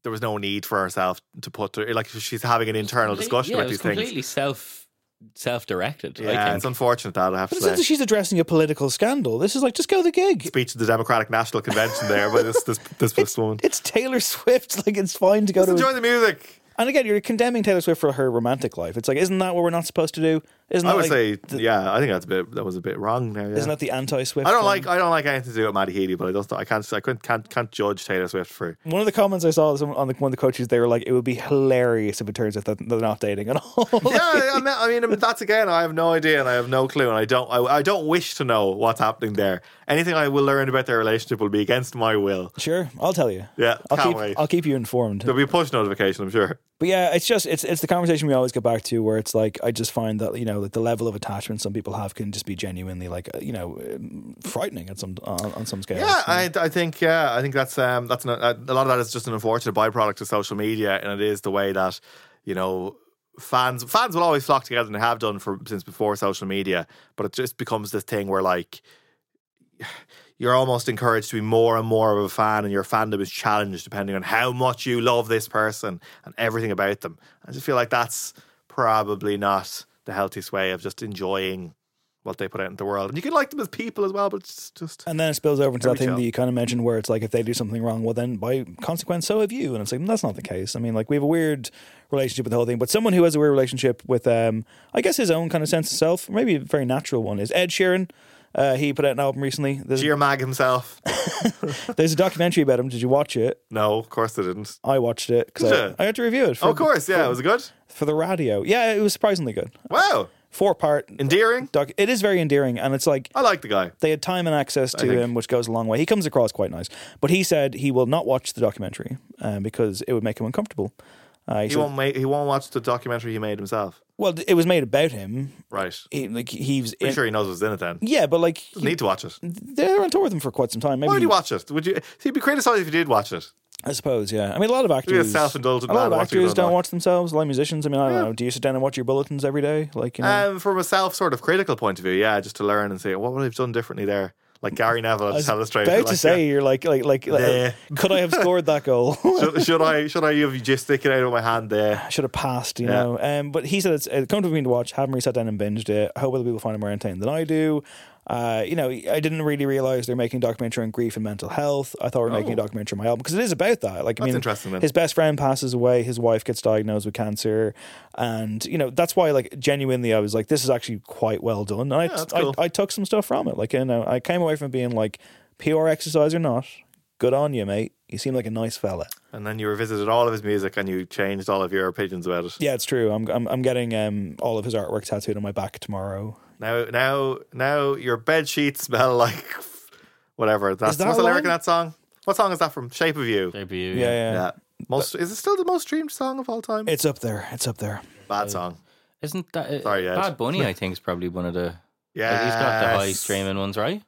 there was no need for herself to put her, like she's having an internal discussion yeah, about it was these things. completely self self directed. I Yeah, think. it's unfortunate that I have But to since say. she's addressing a political scandal, this is like just go to the gig. Speech to the Democratic National Convention there by this this this, this woman. It's Taylor Swift. Like it's fine to go Let's to. enjoy the music. And again, you're condemning Taylor Swift for her romantic life. It's like, isn't that what we're not supposed to do? Isn't I that would like, say, yeah, I think that's a bit that was a bit wrong there. yeah. isn't that the anti-Swift? I don't thing? like uh, I don't like anything to do with Maddie Healy, but I just I can't I couldn't can't can't judge Taylor Swift for One of the comments I saw on the, one of the coaches, they were like, "It would be hilarious if it turns out that they're not dating at all." yeah, I, I mean- I mean, I mean, that's again. I have no idea, and I have no clue, and I don't. I, I don't wish to know what's happening there. Anything I will learn about their relationship will be against my will. sure, I'll tell you. Yeah, I'll can't keep, wait. I'll keep you informed. There'll be a push notification, I'm sure. But yeah, it's just it's it's the conversation we always get back to, where it's like I just find that you know that the level of attachment some people have can just be genuinely like uh, you know um, frightening at some on, on some scale. Yeah, I, I think yeah, I think that's um, that's an, a a lot of that is just an unfortunate byproduct of social media, and it is the way that you know fans fans will always flock together and they have done for since before social media, but it just becomes this thing where like you're almost encouraged to be more and more of a fan, and your fandom is challenged depending on how much you love this person and everything about them. I just feel like that's probably not the healthiest way of just enjoying what they put out into the world. And you can like them as people as well, but it's just And then it spills over into that Every thing child. that you kind of mentioned where it's like if they do something wrong, well then by consequence so have you. And it's like that's not the case. I mean, like we have a weird relationship with the whole thing, but someone who has a weird relationship with um I guess his own kind of sense of self, maybe a very natural one, is Ed Sheeran. Uh, he put out an album recently. There's, Dear Mag himself. there's a documentary about him. Did you watch it? No, of course they didn't. I watched it because Did you? I, I had to review it. For, Oh, of course, yeah. Was it good? for the radio. Yeah, it was surprisingly good. Wow. Four part Endearing. doc. It is very endearing, and it's like I like the guy. they had time and access to think- him, which goes a long way. He comes across quite nice, but he said he will not watch the documentary um, because it would make him uncomfortable. Uh, he He said- won't make, he won't watch the documentary he made himself. well, it was made about him. Right. He, like he's Pretty sure he knows what's in it then. yeah, but like he- Need to watch it. they're on tour with him for quite some time. Maybe Why would you watch it? Would you he'd be criticized if you did watch it. I suppose, yeah. I mean, a lot of be a actors, self-indulgent A lot man of watching his actors own don't life. watch themselves. A lot of musicians. I mean, I don't know. Do you sit down and watch your bulletins every day? Like, you know, Um, from a self sort of critical point of view, yeah, just to learn and say, what would I have done differently there? Like Gary Neville I was just illustrated. about like, to say, yeah. you're like, like, like, like, Nah. could I have scored that goal? should, should I should I have just sticking out of my hand there? I should have passed, you Yeah. know. Um, but he said it's uh, comfortable for me to watch. Haven't really sat down and binged it. I hope other people find it more entertaining than I do. Uh, you know, I didn't really realize they're making a documentary on grief and mental health. I thought we were making a documentary on my album because it is about that. Like, I mean, Oh. interesting, then. his best friend passes away, his wife gets diagnosed with cancer, and you know that's why, like, genuinely, I was like, this is actually quite well done. And I, that's cool. I, I took some stuff from it. Like, you know, I came away from being like, PR exercise or not, good on you, mate. You seem like a nice fella. And then you revisited all of his music and you changed all of your opinions about it. Yeah, it's true. I'm I'm, I'm getting um, all of his artwork tattooed on my back tomorrow. Now, now, now, your bed sheets smell like whatever. That's that what's the lyric in wrong? that song. What song is that from? Shape of You. Maybe you- Yeah, yeah. Yeah. Most is it still the most streamed song of all time? It's up there. It's up there. Bad song. Isn't that uh, Sorry, Ed. Bad Bunny? I think is probably one of the. Yeah, Like, he's got the high streaming ones, right?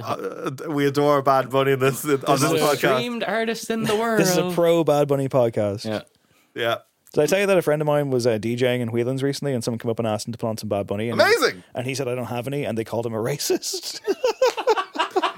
Uh, we adore Bad Bunny in this on this Most podcast. streamed artist in the world. This is a pro Bad Bunny podcast. Yeah. Yeah. Did I tell you that a friend of mine was uh, DJing in Whelan's recently and someone came up and asked him to put on some Bad Bunny? And Amazing! and he said, I don't have any. And they called him a racist.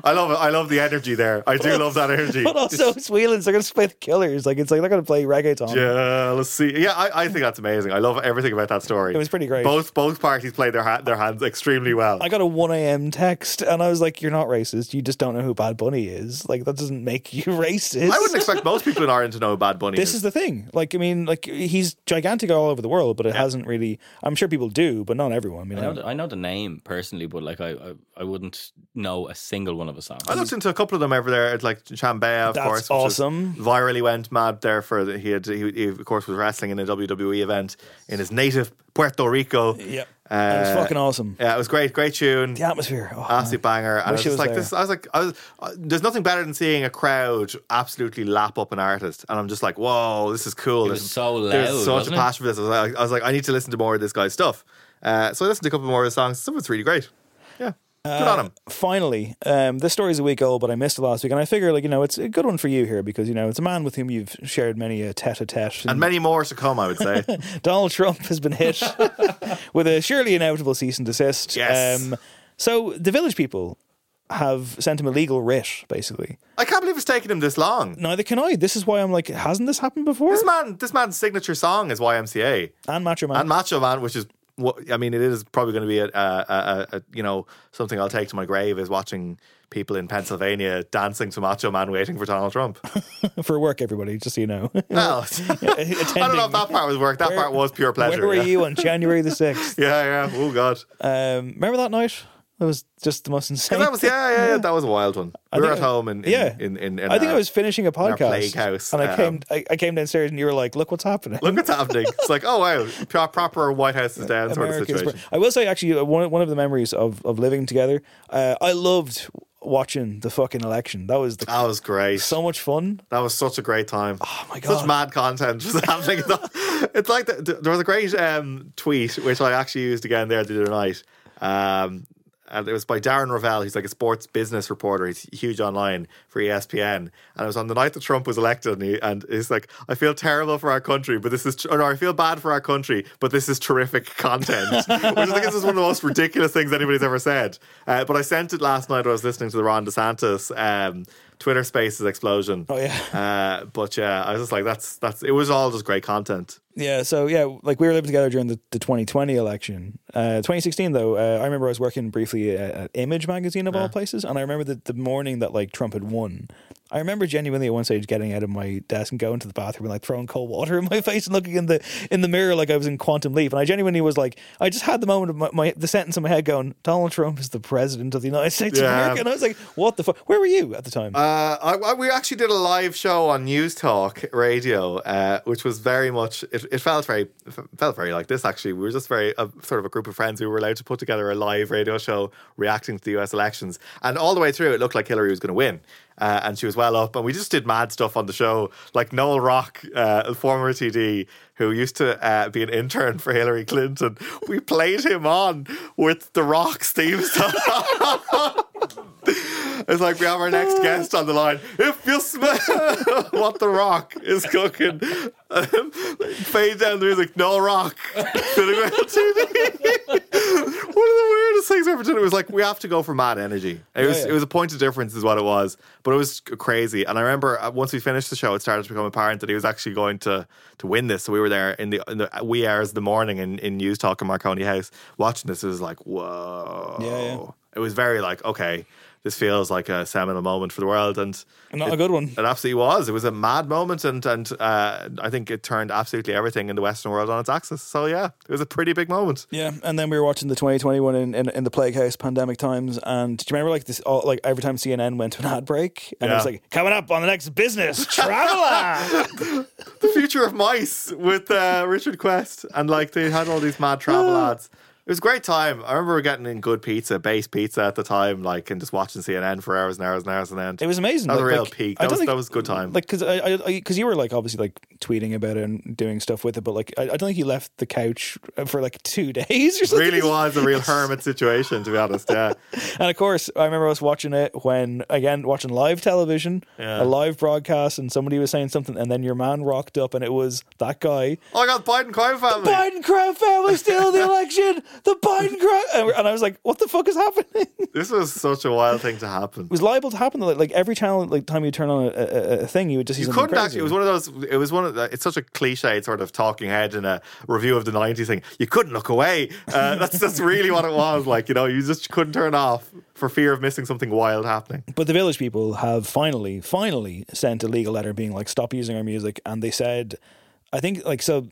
I love it. I love the energy there. I do love that energy. but also, it's Whelan's. They're going to play the killers. Like, it's like they're going to play reggaeton. Jealousy. Yeah, I, I think that's amazing. I love everything about that story. It was pretty great. Both both parties played their ha- their hands extremely well. I got a 1 a.m. text and I was like, You're not racist. You just don't know who Bad Bunny is. Like, that doesn't make you racist. I wouldn't expect most people in Ireland to know who Bad Bunny. This is the thing. Like, I mean, like, he's gigantic all over the world, but it hasn't really. I'm sure people do, but not everyone. You I know? know, the, I know the name personally, but like I, I, I wouldn't know a single one of his songs. I looked into a couple of them over there. It's like Chambea, of That's course. which was awesome. Virally went mad there for the, he had he, he of course was wrestling in a WWE event in his native Puerto Rico. Yep. It was Uh, fucking awesome. Yeah, it was great, great tune. The atmosphere. Oh, Absolute banger. And I Wish was it was just like, there. this, I was like, I was, uh, there's nothing better than seeing a crowd absolutely lap up an artist. And I'm just like, whoa, this is cool. It was There's- so loud, There's such a wasn't it? passion for this. I was, like, I was like, I need to listen to more of this guy's stuff. Uh, so I listened to a couple more of his songs. Some of it's really great. Yeah. Good Uh, on him. finally, um, this story's a week old, but I missed it last week, and I figure, like, you know, it's a good one for you here because you know it's a man with whom you've shared many a tete-a-tete. And many more to come, I would say. Donald Trump has been hit with a surely inevitable cease and desist. Um, Yes. so the Village People have sent him a legal writ, basically. I can't believe it's taken him this long. Neither can I. This is why I'm like, hasn't this happened before? This man, this man's signature song is YMCA and Macho Man. and Macho Man, which is what I mean. It is probably going to be a, a, a, a you know something I'll take to my grave is watching people in Pennsylvania dancing to Macho Man, waiting for Donald Trump. for work, everybody, just so you know. Well, I don't know Attending. if that part was work. That Where- part was pure pleasure. Where were yeah. you on January the 6th? Yeah, yeah. Oh God, Um, remember that night? That was just the most insane. And that was yeah, yeah, yeah. That was a wild one. We were think at I- home in, in yeah. in, in, uh, in I think our- I was finishing a our podcast, plague house, and I um, came, I, I came downstairs, and you were like, "Look what's happening." Look what's happening. It's like, oh wow, pro- proper White House is down sort of Americans situation. were- I will say, actually, uh, one one of the memories of of living together, uh, I loved watching the fucking election. That was the, That was great. so much fun. That was such a great time. Oh my God. Such mad content was happening. it's like the, there was a great um, tweet which I actually used again there the other night. Um, and it was by Darren Ravel. He's like a sports business reporter. He's huge online for E ESPN. And it was on the night that Trump was elected, and, he, and he's like, "I feel terrible for our country, but this is, tr- or no, I feel bad for our country, but this is terrific content." Which I think this is one of the most ridiculous things anybody's ever said. Uh, but I sent it last night. when I was listening to the Ron DeSantis um, Twitter Spaces explosion. Oh, yeah. Uh, but yeah, I was just like, that's that's. It was all just great content. Yeah, so yeah, like we were living together during the, the 2020 election. Uh, 2016, though, uh, I remember I was working briefly at, at Image magazine of Uh-huh. all places, and I remember that the morning that like Trump had won, I remember genuinely at one stage getting out of my desk and going to the bathroom and like throwing cold water in my face and looking in the in the mirror like I was in Quantum Leap, and I genuinely was like, I just had the moment of my, my the sentence in my head going, Donald Trump is the president of the United States of Yeah. America, and I was like, what the fuck? Where were you at the time? Uh, I, I- we actually did a live show on News Talk Radio, uh, which was very much. It, it felt very it felt very like this. Actually, we were just very a, sort of a group of friends who were allowed to put together a live radio show reacting to the U.S. elections, and all the way through, it looked like Hillary was going to win. Uh, and she was well up, and we just did mad stuff on the show. Like Noel Rock, uh, a former TD, who used to uh, be an intern for Hillary Clinton, we played him on with the Rock's theme song. It's like we have our next guest on the line. If you smell what the rock is cooking, um, fade down the music. No rock. Sitting around TV. One of the weirdest things I ever did. It was like we have to go for mad energy. It was yeah. it was a point of difference, is what it was. But it was c- crazy. And I remember uh, once we finished the show, it started to become apparent that he was actually going to to win this. So we were there in the, in the wee hours of the morning in in News Talk in Marconi House watching this. It was like whoa. Yeah, yeah. Oh, It was very like, okay, this feels like a seminal moment for the world, and Not it, a good one. It absolutely was. It was a mad moment, and and uh, I think it turned absolutely everything in the Western world on its axis. So yeah, it was a pretty big moment. Yeah, and then we were watching the 2021 in, in, in the plague house pandemic times, and do you remember like this? All, like every time CNN went to an ad break, and it was Yeah. like coming up on the next business traveler. Ah. The future of mice with uh, Richard Quest, and like they had all these mad travel ads. It was a great time. I remember getting in good pizza, base pizza at the time, like, and just watching CNN for hours and hours and hours and then. It was amazing. That was like- a real like, peak. I That don't was, think- that was a good time. Like, because I, I, because you were like obviously like tweeting about it and doing stuff with it, but like I, I don't think you left the couch uh, for like two days or something. really was a real hermit situation, to be honest. Yeah. And of course, I remember us watching it when again watching live television, Yeah. a live broadcast, and somebody was saying something, and then your man rocked up, and it was that guy. Oh, I got Biden crime family. Biden crime family stealing the election. The Biden crime, and, we're- and I was like, "What the fuck is happening?" It This was such a wild thing to happen. was liable to happen. Like, like every channel, like time you turn on a, a, a- a thing, you would just see You something couldn't crazy. actually. It was one of those. It was one of. The, it's such a cliched sort of talking head in a review of the '90s thing. You couldn't look away. Uh, that's that's really what it was. Like you know, you just couldn't turn off for fear of missing something wild happening. But the village people have finally, finally sent a legal letter being like, stop using our music. And they said, I think, like, so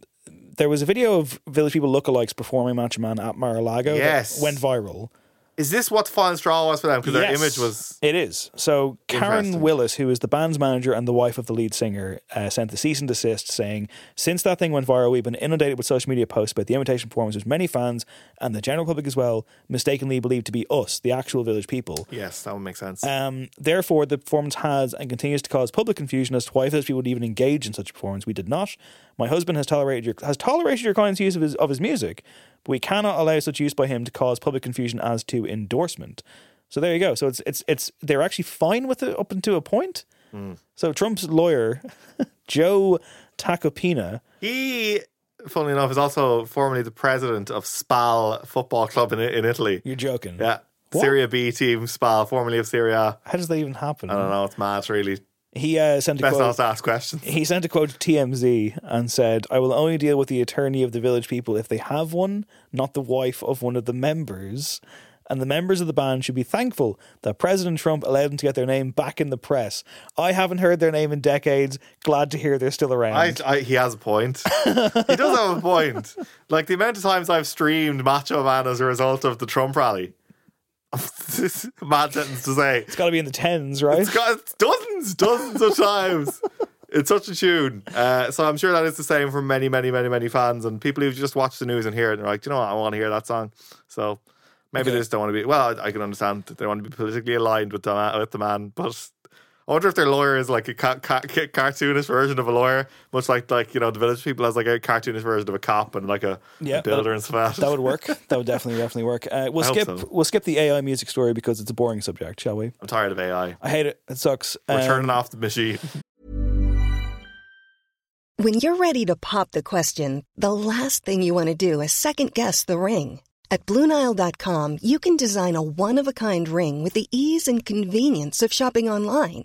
there was a video of village people lookalikes performing Macho Man at Mar a Lago Yes. that went viral. Is this what Fallen Straw was for them? Because their Yes. image was. It is. So Karen Interesting. Willis, who is the band's manager and the wife of the lead singer, uh, sent the cease and desist saying, Since that thing went viral, we've been inundated with social media posts about the imitation performance, which many fans and the general public as well mistakenly believe to be us, the actual village people. Yes, that would make sense. Um, therefore, the performance has and continues to cause public confusion as to why those people would even engage in such a performance. We did not. My husband has tolerated your has tolerated your client's use of his of his music, but we cannot allow such use by him to cause public confusion as to endorsement. So there you go. So it's it's it's they're actually fine with it up until a point. Hmm. So Trump's lawyer, Joe Tacopina, he, funnily enough, is also formerly the president of Spal Football Club in, in Italy. you're joking. Yeah, What? Syria B team Spal, formerly of Syria. How does that even happen? I don't know. It's mad, really. Mm. He uh, sent a Best quote. not to ask questions. He sent a quote to TMZ and said, I will only deal with the attorney of the village people if they have one, not the wife of one of the members. And the members of the band should be thankful that President Trump allowed them to get their name back in the press. I haven't heard their name in decades. Glad to hear they're still around. I, I, he has a point. he does have a point. Like the amount of times I've streamed Macho Man as a result of the Trump rally. Mad sentence to say. it's got to be in the tens, right? It's got dozens, dozens of times. It's such a tune. Uh, so I'm sure that is the same for many, many, many, many fans and people who just watch the news and hear it. And they're like, "Do you know what? I want to hear that song. So maybe they just don't want to be. Well, I, I can understand that they want to be politically aligned with the man, with the man, but. I wonder if their lawyer is like a ca- ca- ca- cartoonish version of a lawyer, much like like you know the village people has like a cartoonish version of a cop and like a, Yeah, a builder that- and stuff. that would work. That would definitely, definitely work. Uh, we'll I hope skip. so. We'll skip the AI music story because it's a boring subject, shall we? I'm tired of AI. I hate it. It sucks. We're Um, turning off the machine. When you're ready to pop the question, the last thing you want to do is second guess the ring. At Bluenile.com, you can design a one of a kind ring with the ease and convenience of shopping online.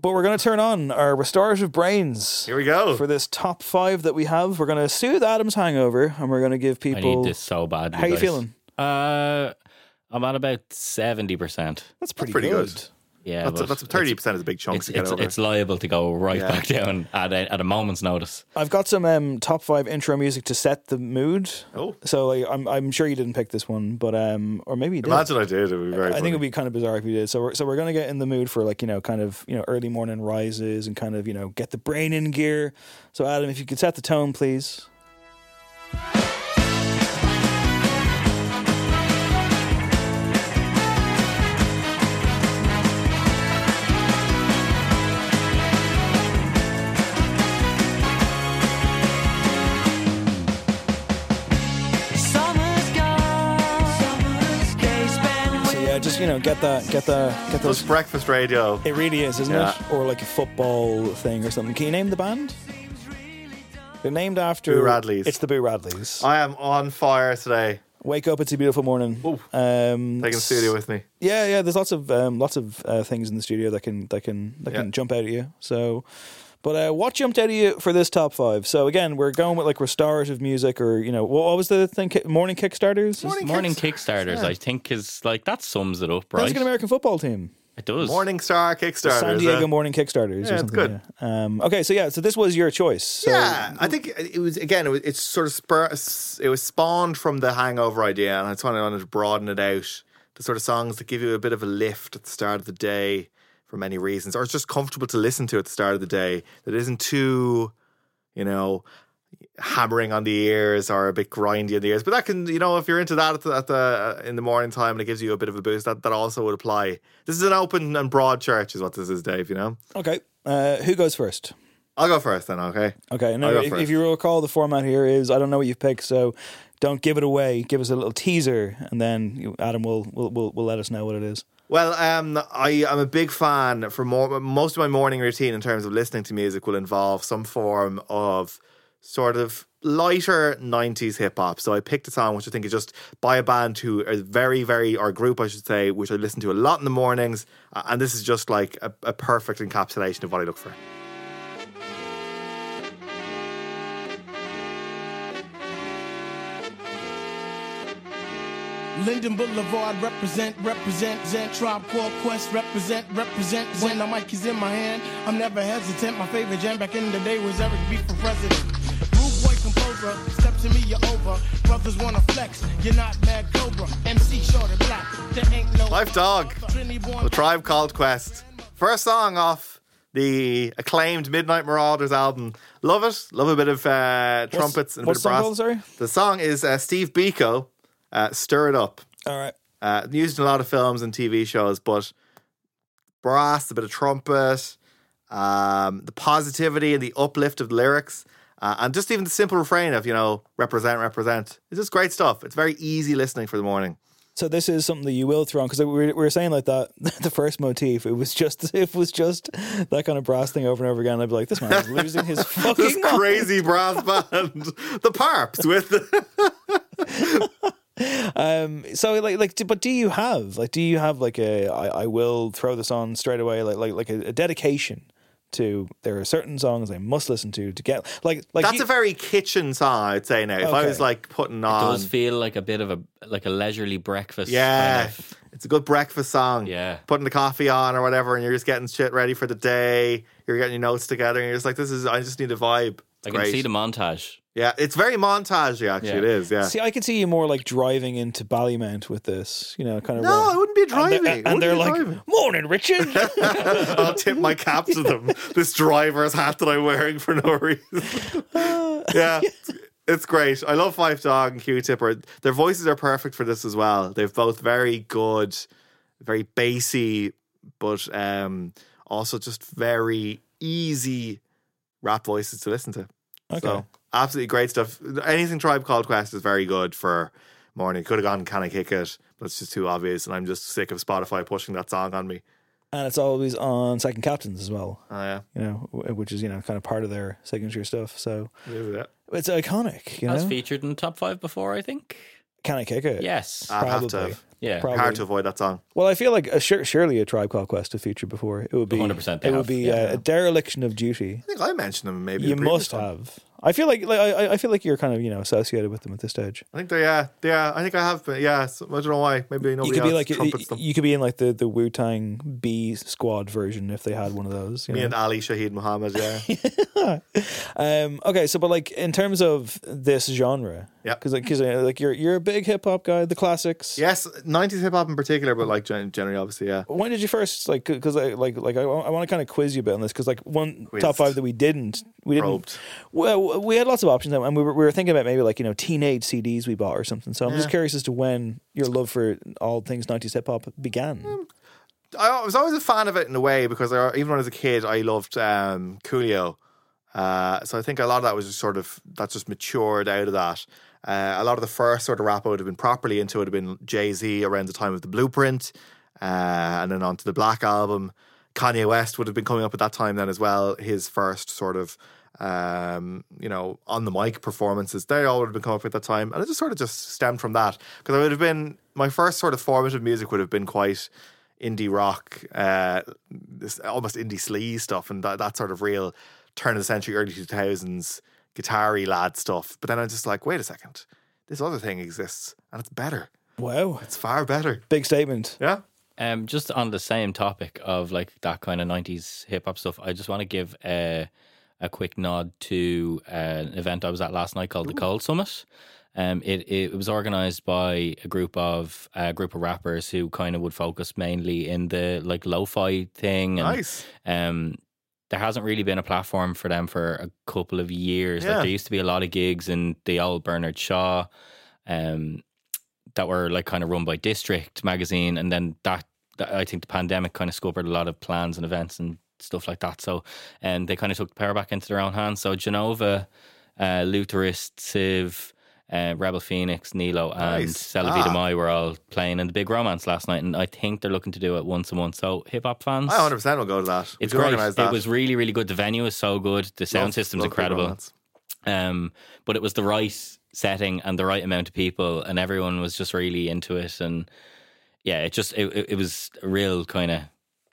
But we're going to turn on our restorative brains. Here we go. for this top five that we have. We're going to soothe Adam's hangover, and we're going to give I people. need this so bad. How you guys. feeling? Uh, I'm at about seventy percent. That's pretty, pretty good. good. Yeah, That's, but that's it's- 30% is a big chunk It's to get it's, over. it's liable to go right Yeah. back down at a, at a moment's notice. I've got some um, top five intro music to set the mood. Oh. so like, I'm I'm sure you didn't pick this one, but um, or maybe you did. Imagine I did. It would be I very think funny. it'd be kind of bizarre if you did. So we're so we're gonna get in the mood for like you know kind of you know early morning rises and kind of you know get the brain in gear. So Adam, if you could set the tone, please. So yeah, just you know, get that, get the, get those. It's breakfast radio. It really is, isn't Yeah. it? Or like a football thing or something. Can you name the band? They're named after Boo Radleys. It's the Boo Radleys. I am on fire today. Wake up! It's a beautiful morning. Um, Taking the studio with me. Yeah, yeah. There's lots of um, lots of uh, things in the studio that can that can that Yeah. can jump out at you. So, but uh, what jumped out at you for this top five? So again, we're going with like restorative music, or you know, what, what was the thing? Ki- Morning Kickstarters. Morning, Kickstarters, I think, is like that sums it up, That's right? like an American football team. It does. Morning Star Kickstarter. San Diego Morning Kickstarters. Yeah, or it's something, good. yeah. Um, okay, so yeah, so this was your choice. So yeah, I think it was again. It was it's sort of spur. It was spawned from the Hangover idea, and I just wanted, wanted to broaden it out to sort of songs that give you a bit of a lift at the start of the day for many reasons, or it's just comfortable to listen to at the start of the day that isn't too, you know, hammering on the ears or a bit grindy on the ears. But that can, you know, if you're into that at the, at the in the morning time and it gives you a bit of a boost, that that also would apply. This is an open and broad church, is what this is, Dave. You know, Okay, uh, who goes first? I'll go first then. Okay. Okay, I'll no, go if, first. if you recall, the format here is I don't know what you've picked, so don't give it away. Give us a little teaser, and then you, Adam will will, will will let us know what it is. Well, um, I am a big fan for more, most of my morning routine in terms of listening to music will involve some form of sort of lighter 90s hip hop. So I picked a song which I think is just by a band who are very, very, or group, I should say, which I listen to a lot in the mornings. Uh, And this is just like a, a perfect encapsulation of what I look for. Linden Boulevard represent, represent, Zen Tribe Called Quest represent, represent. When the mic is in my hand, I'm never hesitant. My favorite jam back in the day was Eric B for president. Rude boy composer, step to me, you're over. Brothers wanna flex, you're not Mad Cobra. MC short and black, there ain't no. Life Dog, Trinity born The Tribe Called Quest. First song off the acclaimed Midnight Marauders album. Love it. Love a bit of uh, trumpets and a bit what's the song of brass. called, sorry? The song is uh, Steve Biko, uh, Stir It Up. All right. Uh, used in a lot of films and TV shows, but brass, a bit of trumpet, um, the positivity and the uplift of the lyrics, uh, and just even the simple refrain of, you know, represent, represent. It's just great stuff. It's very easy listening for the morning. So this is something that you will throw on because we were, we were saying like that the first motif it was just it was just that kind of brass thing over and over again. I'd be like, this man is losing his fucking this crazy brass band, the Parps with the Um, so like like, do- but do you have like do you have like a I, I will throw this on straight away like like like a, a dedication to there are certain songs I must listen to to get like like That's you- a very kitchen song, I'd say now. If I Okay. was like putting It on, does feel like a bit of a like a leisurely breakfast. yeah, kind of. it's a good breakfast song. Yeah, putting the coffee on or whatever, and you're just getting shit ready for the day. You're getting your notes together, and you're just like, "This is." I just need a vibe. I can see the montage. Yeah, it's very montagey. Actually, it is. Yeah. See, I could see you more like driving into Ballymount with this, you know, kind of. no, roll- it wouldn't be And they're- driving. and they're like, "Morning, Richard." I'll tip my cap to them. This driver's hat that I'm wearing for no reason. yeah. It's great. I love Five Dog and Q Tipper. Their voices are perfect for this as well. They've both very good, very bassy, but um, also just very easy rap voices to listen to. Okay. So, absolutely great stuff. Anything Tribe Called Quest is very good for morning. Could have gone Can I Kick It, but it's just too obvious, and I'm just sick of Spotify pushing that song on me. and it's always on Second Captains as well. Oh, yeah. You know, w- which is you know kind of part of their signature stuff. So that. it's iconic. You That's know, featured in the top five before, I think. can I kick it? Yes. I'd have to. Probably. Yeah. Probably. Hard to avoid that song. Well, I feel like a, sur- surely a Tribe Called Quest have featured before. It would be 100% they It would have, be yeah. uh, a dereliction of duty. I think I mentioned them maybe. you the previous must one. have. I feel like, like I, I feel like you're kind of you know associated with them at this stage. I think they, yeah, yeah. I think I have been. Yeah, so, I don't know why. Maybe nobody you could else be like trumpets you, them. you could be in like the the Wu Tang B squad version if they had one of those. You Me know? and Ali Shaheed Muhammad. Yeah, Um, okay, so but like in terms of this genre, Yeah. because like, 'cause, uh, like you're you're a big hip hop guy, the classics. yes, nineties hip hop in particular, but like gen- generally, obviously, yeah. When did you first like? Because I like like I, want to kind of quiz you a bit on this because like one top Quizzed. five that we didn't we didn't Probed. well we had lots of options and we were, we were thinking about maybe like you know teenage CDs we bought or something. So I'm just Yeah. curious as to when your love for all things 90s hip hop began. Um, I was always a fan of it in a way because I, even when I was a kid, I loved um, Coolio. Uh, so I think a lot of that was just sort of that just matured out of that. Uh, a lot of the first sort of rap I would have been properly into would have been Jay Z around the time of the Blueprint. uh, and then onto the Black album. Kanye West would have been coming up at that time then as well. His first sort of um, you know, on the mic performances. They all would have been coming up at that time. And it just sort of just stemmed from that. Because I would have been, my first sort of formative music would have been quite indie rock, uh, this almost indie sleaze stuff and that, that sort of real turn of the century, early 2000s guitar lad stuff. But then I'm just like, wait a second, this other thing exists and it's better. Wow. It's far better. Big statement. Yeah. Um, just on the same topic of like that kind of 90s hip hop stuff, I just want to give a, a quick nod to uh, an event I was at last night called the Cold Summit. Um, it, it was organized by a group of a group of rappers who kind of would focus mainly in the like lo-fi thing. And, Nice. Um, there hasn't really been a platform for them for a couple of years. Yeah. Like there used to be a lot of gigs in the old Bernard Shaw, um, that were like kind of run by District magazine, and then that, that I think the pandemic kind of scuppered a lot of plans and events and stuff like that. So, and they kind of took the power back into their own hands. So Genova, uh, Lutherist, Civ. Uh, Rebel Phoenix, Nilo, and Nice. Celavita Ah. Mai were all playing in the Big Romance last night, and I think they're looking to do it once a month. So hip hop fans, I 100% will go to that. We it's should great. organise that. It was really, really good. The venue is so good. The sound Love- system's love Big incredible. Romance. Um, but it was the right setting and the right amount of people, and everyone was just really into it. And yeah, it just it, it- it was a real kind of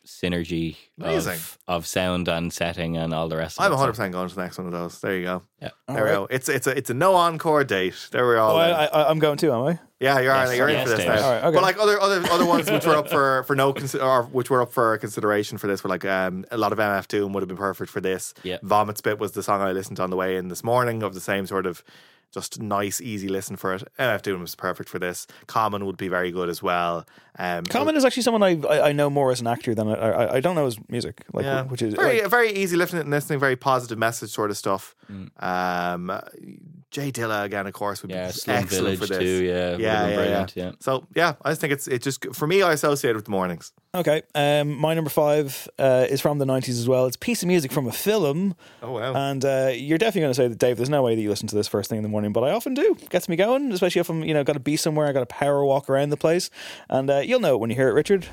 synergy Amazing. of, of sound and setting and all the rest. of I'm it. 100 percent going to the next one of those. There you go. Yeah. There All we right. go. It's it's a it's a no encore date. There we all. Oh, then. I, I, I'm going too, am I? yeah, you're Yes, in. You're in yes, for this David. now. All right, okay. But like other other other ones which were up for for no consi- or which were up for consideration for this were like um, a lot of MF Doom would have been perfect for this. Yeah. Vomit Spit was the song I listened to on the way in this morning of the same sort of just nice easy listen for it. MF Doom was perfect for this. Common would be very good as well. Um, Common is actually someone I, I, I know more as an actor than I, I, I don't know his music, like yeah. which is very like, very easy listening, listening, very positive message sort of stuff. Mm. Um, Jay Dilla again, of course, would Yeah, be Slum excellent Village for this. too, yeah, yeah, would've yeah, been yeah. brilliant, yeah. So yeah, I just think it's it just for me, I associate it with the mornings. okay. Um, my number five uh, is from the '90s as well. It's a piece of music from a film. Oh wow, And uh, you're definitely going to say that, Dave. There's no way that you listen to this first thing in the morning, but I often do. Gets me going, especially if I'm, you know, got to be somewhere. I got to power walk around the place, and uh, you'll know it when you hear it, Richard.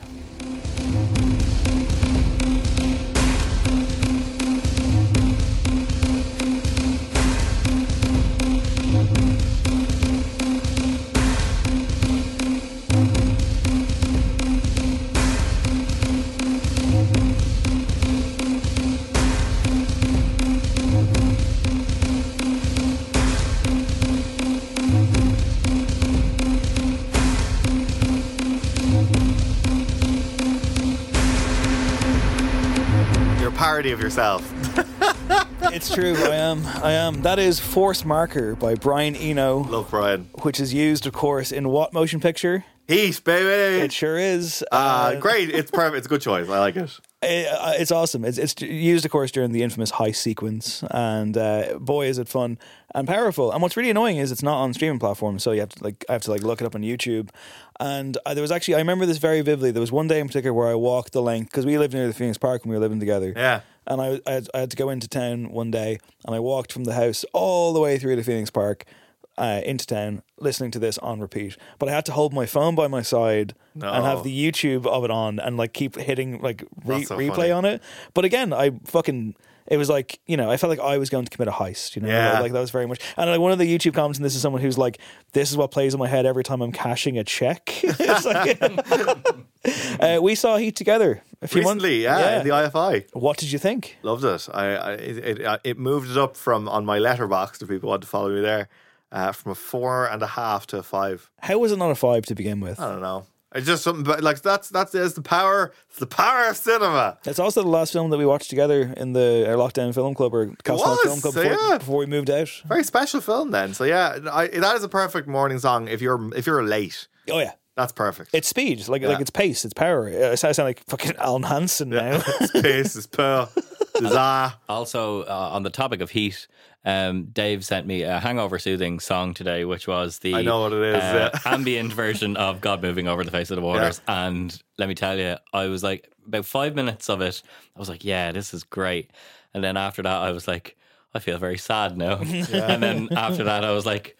you're a parody of yourself. It's true. I am. I am. That is Force Marker by Brian Eno, Love Brian, which is used, of course, in what motion picture? heat baby. It sure is. uh, great, it's perfect. It's a good choice. I like it. It, uh, it's awesome. It's, it's used, of course, during the infamous high sequence, and uh, boy, is it fun and powerful. And what's really annoying is it's not on streaming platforms, so you have to like I have to like look it up on YouTube. And uh, there was actually I remember this very vividly. There was one day in particular where I walked the length because we lived near the Phoenix Park when we were living together. Yeah. And I, I, had, I had to go into town one day, and I walked from the house all the way through to Phoenix Park uh, into town, listening to this on repeat. But I had to hold my phone by my side and have the YouTube of it on, and like keep hitting like re- That's so replay funny. on it. But again, I fucking. It was like you know, I felt like I was going to commit a heist. You know, Yeah. like that was very much. And like one of the YouTube comments, and this is someone who's like, "This is what plays in my head every time I'm cashing a check." It's like- uh, we saw Heat together a few months. Recently, yeah, in the IFI. What did you think? Loved it. I, I it, it I- it moved it up from on my letterbox. If people want to follow me there, uh, from a four and a half to a five. How was it not a five to begin with? I don't know. It's just something, but like that's that's is the power, it's the power of cinema. It's also the last film that we watched together in the our lockdown film club or Castle was, Film Club before, yeah. before we moved out. Very special film, then. So yeah, I, that is a perfect morning song. If you're if you're late, Oh yeah, that's perfect. it's speed, like Yeah. like it's pace, it's power. Uh, I sound, I sound like fucking Alan Hansen now. Space is pearl, desire. Uh, Also, uh, on the topic of heat, um, Dave sent me a hangover soothing song today, which was the I know what it is, uh, yeah. ambient version of God Moving Over the Face of the Waters. And let me tell you, I was like, about five minutes of it, I was like, yeah, this is great. And then after that, I was like, I feel very sad now. and then after that, I was like,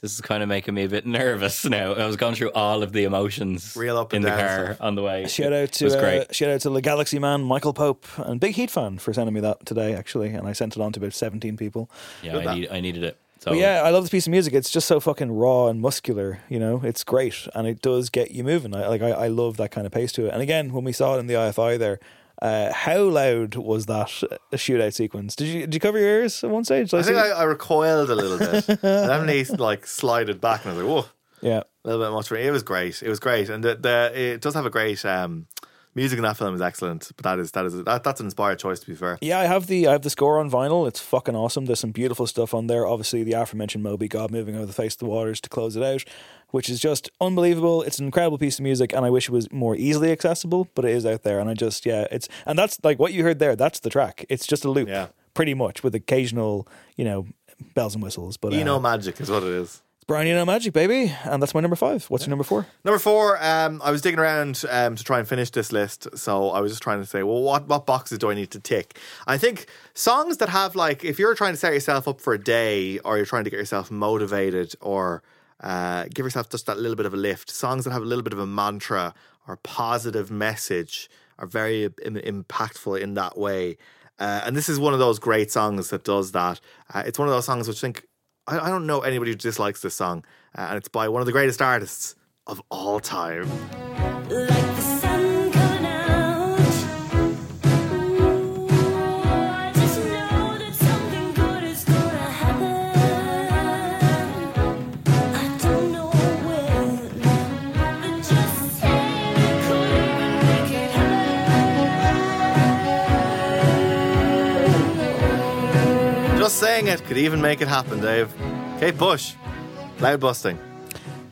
this is kind of making me a bit nervous now. I was going through all of the emotions Real up in and the down car stuff. on the way. Shout out it to was uh, great. shout out to the Galaxy man Michael Pope and big Heat fan for sending me that today actually, and I sent it on to about seventeen people. Yeah, I, need, I needed it. So Oh. But Oh, yeah, I love this piece of music. It's just so fucking raw and muscular. You know, it's great, and it does get you moving. I, like I, I love that kind of pace to it. And again, when we saw it in the IFI there. Uh, how loud was that uh, shootout sequence? Did you did you cover your ears at one stage? Did I think see- I, I recoiled a little bit. and then they like slided back, and I was like, "Whoa, yeah, a little bit much for me." It was great. It was great, and the, the it does have a great um, music in that film is excellent. But that is that is that, that's an inspired choice to be fair. Yeah, I have the I have the score on vinyl. It's fucking awesome. There's some beautiful stuff on there. Obviously, the aforementioned Moby God moving over the face of the waters to close it out, which is just unbelievable. It's an incredible piece of music, and I wish it was more easily accessible, but it is out there. And I just yeah, it's and that's like what you heard there. That's the track. It's just a loop, Yeah. pretty much, with occasional you know bells and whistles. But Eno uh, magic is what it is. it's Brian Eno Magic, baby, and that's my number five. What's your number four? Number four, um, I was digging around um, to try and finish this list, so I was just trying to say, well, what what boxes do I need to tick? I think songs that have like, if you're trying to set yourself up for a day, or you're trying to get yourself motivated, or uh, give yourself just that little bit of a lift, songs that have a little bit of a mantra or positive message are very im- impactful in that way. Uh, and this is one of those great songs that does that. Uh, it's one of those songs which I think I, I don't know anybody who dislikes this song, uh, and it's by one of the greatest artists of all time. Just saying it could even make it happen, Dave. Kate Bush, loud busting.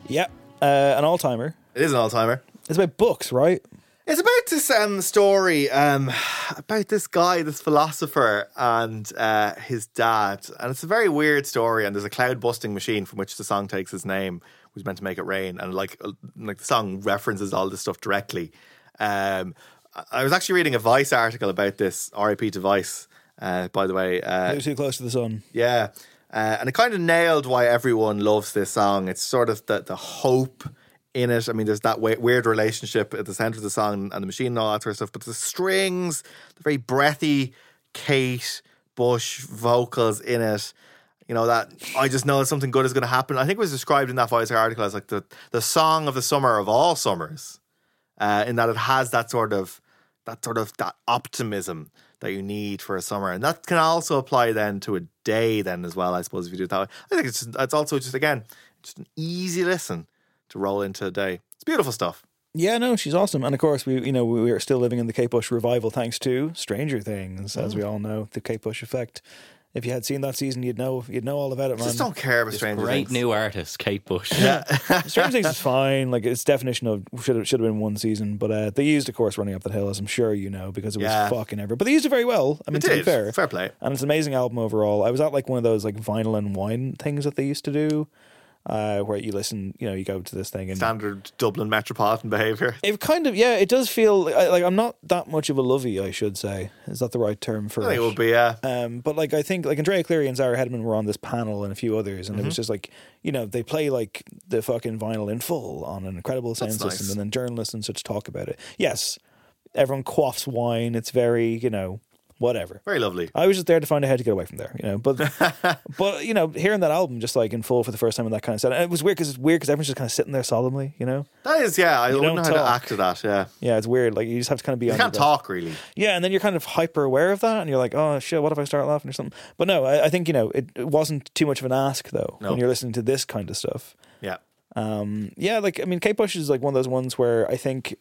Yep, uh, an all timer. It is an all timer. It's about books, right? It's about this um, story um, about this guy, this philosopher, and uh, his dad. And it's a very weird story. And there's a cloud busting machine from which the song takes its name, which is meant to make it rain. And like, uh, like the song references all this stuff directly. Um, I- I was actually reading a Vice article about this RIP to Vice, uh, by the way. Uh, Too close to the sun. yeah. Uh, and it kind of nailed why everyone loves this song. It's sort of the, the hope in it. I mean, there's that we- weird relationship at the center of the song and the machine and all that sort of stuff. But the strings, the very breathy Kate Bush vocals in it. You know, that I just know that something good is going to happen. I think it was described in that Voice article as like the, the song of the summer of all summers, uh, in that it has that sort of that sort of that optimism that you need for a summer and that can also apply then to a day then as well i suppose if you do it that way i think it's, it's also just again just an easy listen to roll into a day it's beautiful stuff Yeah, no, she's awesome, and of course we, you know, we we are still living in the Kate Bush revival thanks to Stranger Things, as Mm. we all know, the Kate Bush effect. If you had seen that season, you'd know, you'd know all about it, man. just don't care about stranger great things new artist, Kate Bush. Stranger Things is fine. Like its definition of should have should have been one season, but uh, they used, of course, running up that hill, as I'm sure you know, because it was Yeah. fucking ever. But they used it very well. I mean, it to be did. fair, fair play and it's an amazing album overall. I was at like one of those like vinyl and wine things that they used to do, uh, where you listen, you know, you go to this thing and standard dublin metropolitan behavior It kind of yeah, it does feel I- like I'm not that much of a lovey, I should say. Is that the right term for i think it? it would be uh, Um, but like I think like Andrea Cleary and Zara Hedman were on this panel and a few others, and it Mm-hmm. was just like you know they play like the fucking vinyl in full on an incredible sound That's system, nice. and then journalists and such talk about it. Yes, everyone quaffs wine. It's very you know whatever. very lovely I was just there to find out how to get away from there, you know. But but you know, hearing that album just like in full for the first time and that kind of stuff, and it was weird because it's weird because everyone's just kind of sitting there solemnly, you know. that is yeah i You don't know don't how to talk. act to that yeah Yeah, it's weird. Like you just have to kind of be you on. can't your- talk really yeah, and then you're kind of hyper aware of that, and you're like, oh shit, what if I start laughing or something? But no, I, I think you know it, it wasn't too much of an ask though No. when you're listening to this kind of stuff. yeah Um, yeah, like I mean, Kate Bush is like one of those ones where I think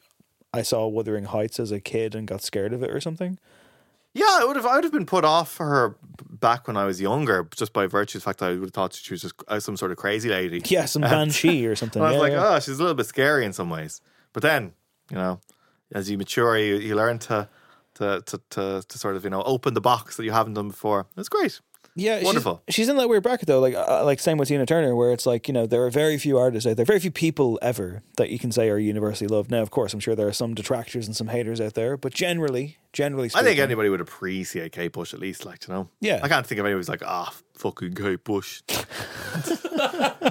I saw Wuthering Heights as a kid and got scared of it or something. Yeah, I would have. I would have been put off her back when I was younger, just by virtue of the fact that I would have thought she was just uh, some sort of crazy lady. Yeah, some banshee or something. and Uh-huh. I was yeah, like, yeah. oh, she's a little bit scary in some ways. But then, you know, as you mature, you, you learn to, to to to to sort of you know open the box that you haven't done before. It's great. Yeah, she's- Wonderful. She's, in that weird bracket though, like uh, like same with Tina Turner, where it's like you know there are very few artists out there, very few people ever that you can say are universally loved. Now, of course, I'm sure there are some detractors and some haters out there, but generally, generally, I speaking, think anybody would appreciate Kate Bush at least, like, you know? Yeah. I can't think of anyone who's like, ah, fucking Kate Bush.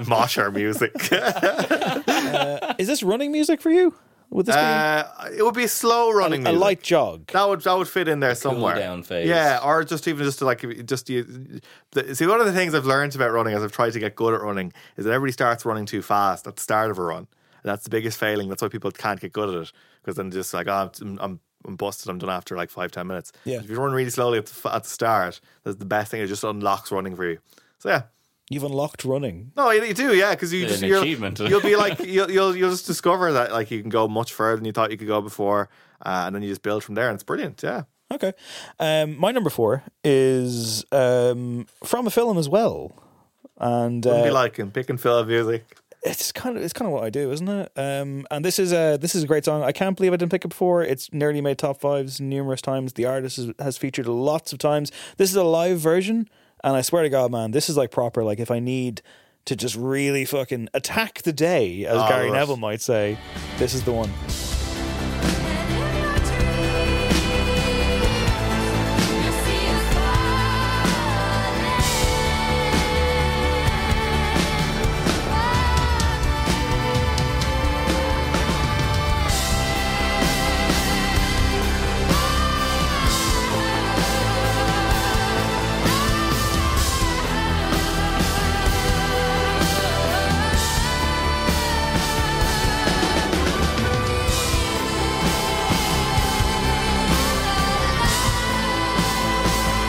Mosh her music. Uh, is this running music for you? Would this Uh, it would be a slow running. A- a music. light jog. That would that would fit in there somewhere. down phase. Yeah, or just even just to like just you. The, see, one of the things I've learned about running as I've tried to get good at running is that everybody starts running too fast at the start of a run. And that's the biggest failing. That's why people can't get good at it because then just like oh, I'm. I'm I'm busted. I'm done after like five ten minutes. Yeah. If you run really slowly at the, f- at the start, that's the best thing. It just unlocks running for you. So yeah, be you've unlocked running? no, you, you do, yeah, because you An just you'll, achievement. you'll be like you'll, you'll you'll just discover that like you can go much further than you thought you could go before, uh, and then you just build from there, and it's brilliant. Yeah, Okay, um, my number four is um, from a film as well, and wouldn't uh, be like in pick and fill music. it's kind of it's kind of what I do, isn't it? Um, and this is a this is a great song. I can't believe I didn't pick it before. It's nearly made top fives numerous times. The artist is, has featured lots of times. This is a live version, and I swear to God, man, this is like proper. Like if I need to just really fucking attack the day, as Oh, Gary right. Neville might say, this is the one.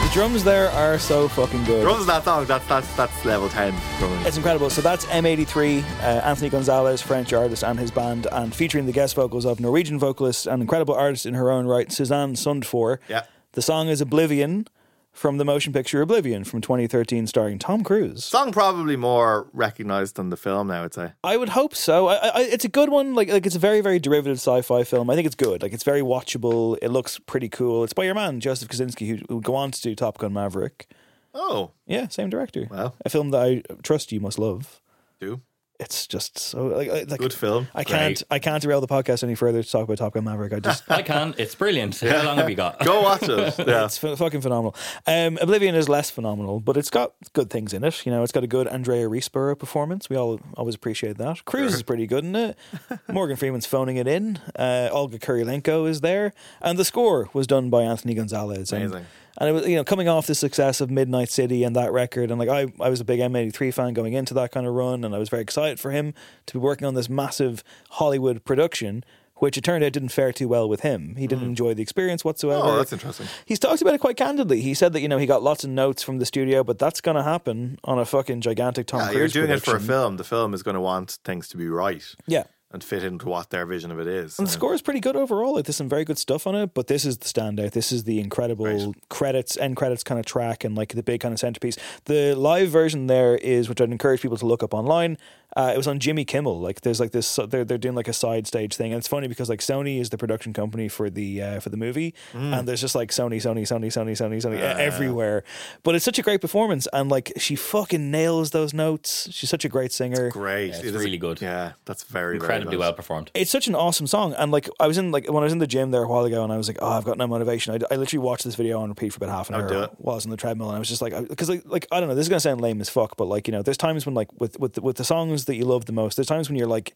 The drums there are so fucking good. Drums that song. That's that's that's level ten. drumming. It's incredible. So that's M83, uh, Anthony Gonzalez, French artist, and his band, and featuring the guest vocals of Norwegian vocalist and incredible artist in her own right, Suzanne Sundfor. Yeah. The song is Oblivion from the motion picture Oblivion from 2013, starring Tom Cruise. Song probably more recognized than the film now. I'd say. I would hope so. I, I, I- it's a good one. Like, like it's a very, very derivative sci-fi film. I think it's good. Like, it's very watchable. It looks pretty cool. It's by your man Joseph Kosinski, who, who would go on to do Top Gun Maverick. Oh, Yeah, same director. Wow. a film that I trust you must love. do It's just so like, uh, like good film. I can't. I can't derail the podcast any further to talk about Top Gun Maverick. I just. I can. It's brilliant. How long have you got? Go watch it. Yeah. It's f- fucking phenomenal. Um, Oblivion is less phenomenal, but it's got good things in it. You know, it's got a good Andrea Riseborough performance. We all always appreciate that. Cruz is pretty good in it. Morgan Freeman's phoning it in. Uh, Olga Kurylenko is there, and the score was done by Anthony Gonzalez. And- Amazing. and it was, you know, coming off the success of Midnight City and that record, and like I, I was a big M83 fan going into that kind of run, and I was very excited for him to be working on this massive Hollywood production, which it turned out didn't fare too well with him. He didn't enjoy the experience whatsoever. Mm. Oh, that's interesting. He's talked about it quite candidly. He said that, you know, he got lots of notes from the studio, but that's going to happen on a fucking gigantic Tom Yeah, Cruise you're doing it for a production. film. The film is going to want things to be right Yeah. and fit into what their vision of it is. And the So- score is pretty good overall. Like, there's some very good stuff on it, but this is the standout. This is the incredible credits, end credits kind of track, and like the big kind of centerpiece. The live version there is, which I'd encourage people to look up online. Uh, it was on Jimmy Kimmel. Like, there's like this. They're they're doing like a side stage thing, and it's funny because like Sony is the production company for the uh, for the movie, and there's just like Sony, Sony, Sony, Sony, Sony, Sony e- everywhere. But it's such a great performance, and like she fucking nails those notes. She's such a great singer. Great. it's It is- really good. Yeah, that's very Incredibly very good. well performed. it's such an awesome song and like i was in like when i was in the gym there a while ago and i was like oh i've got no motivation i, I literally watched this video on repeat for about half an Oh, do hour it. while i was on the treadmill and i was just like because like, like i don't know this is gonna sound lame as fuck but like you know there's times when like with with the, with the songs that you love the most there's times when you're like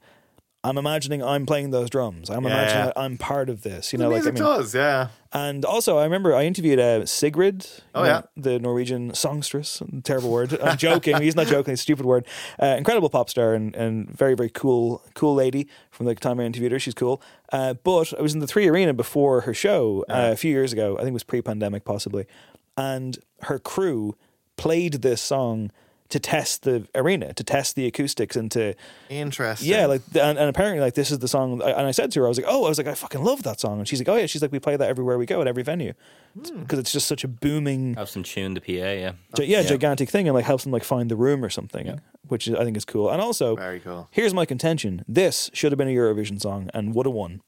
i'm imagining i'm playing those drums i'm imagining Yeah. that i'm part of this you The know like I music mean, does, yeah. and also, I remember I interviewed uh, Sigrid, you Oh, yeah. the Norwegian songstress. Terrible word. I'm joking. He's not joking. It's a stupid word. Uh, incredible pop star and, and very very cool cool lady. From the time I interviewed her, she's cool. Uh, but I was in the Three Arena before her show uh, a few years ago. I think it was pre pandemic possibly, and her crew played this song to test the arena, to test the acoustics, and to Interesting. yeah, like th- and, and apparently like this is the song. I- And I said to her, I was like, oh, I was like, I fucking love that song. And she's like, oh yeah, she's like, we play that everywhere we go at every venue because Hmm. it's just such a booming, Have some tune the PA. Yeah. gi- yeah, gigantic thing, and like helps them like find the room or something, which is, I think is cool. And also, Very cool. Here's my contention: this should have been a Eurovision song and would have won.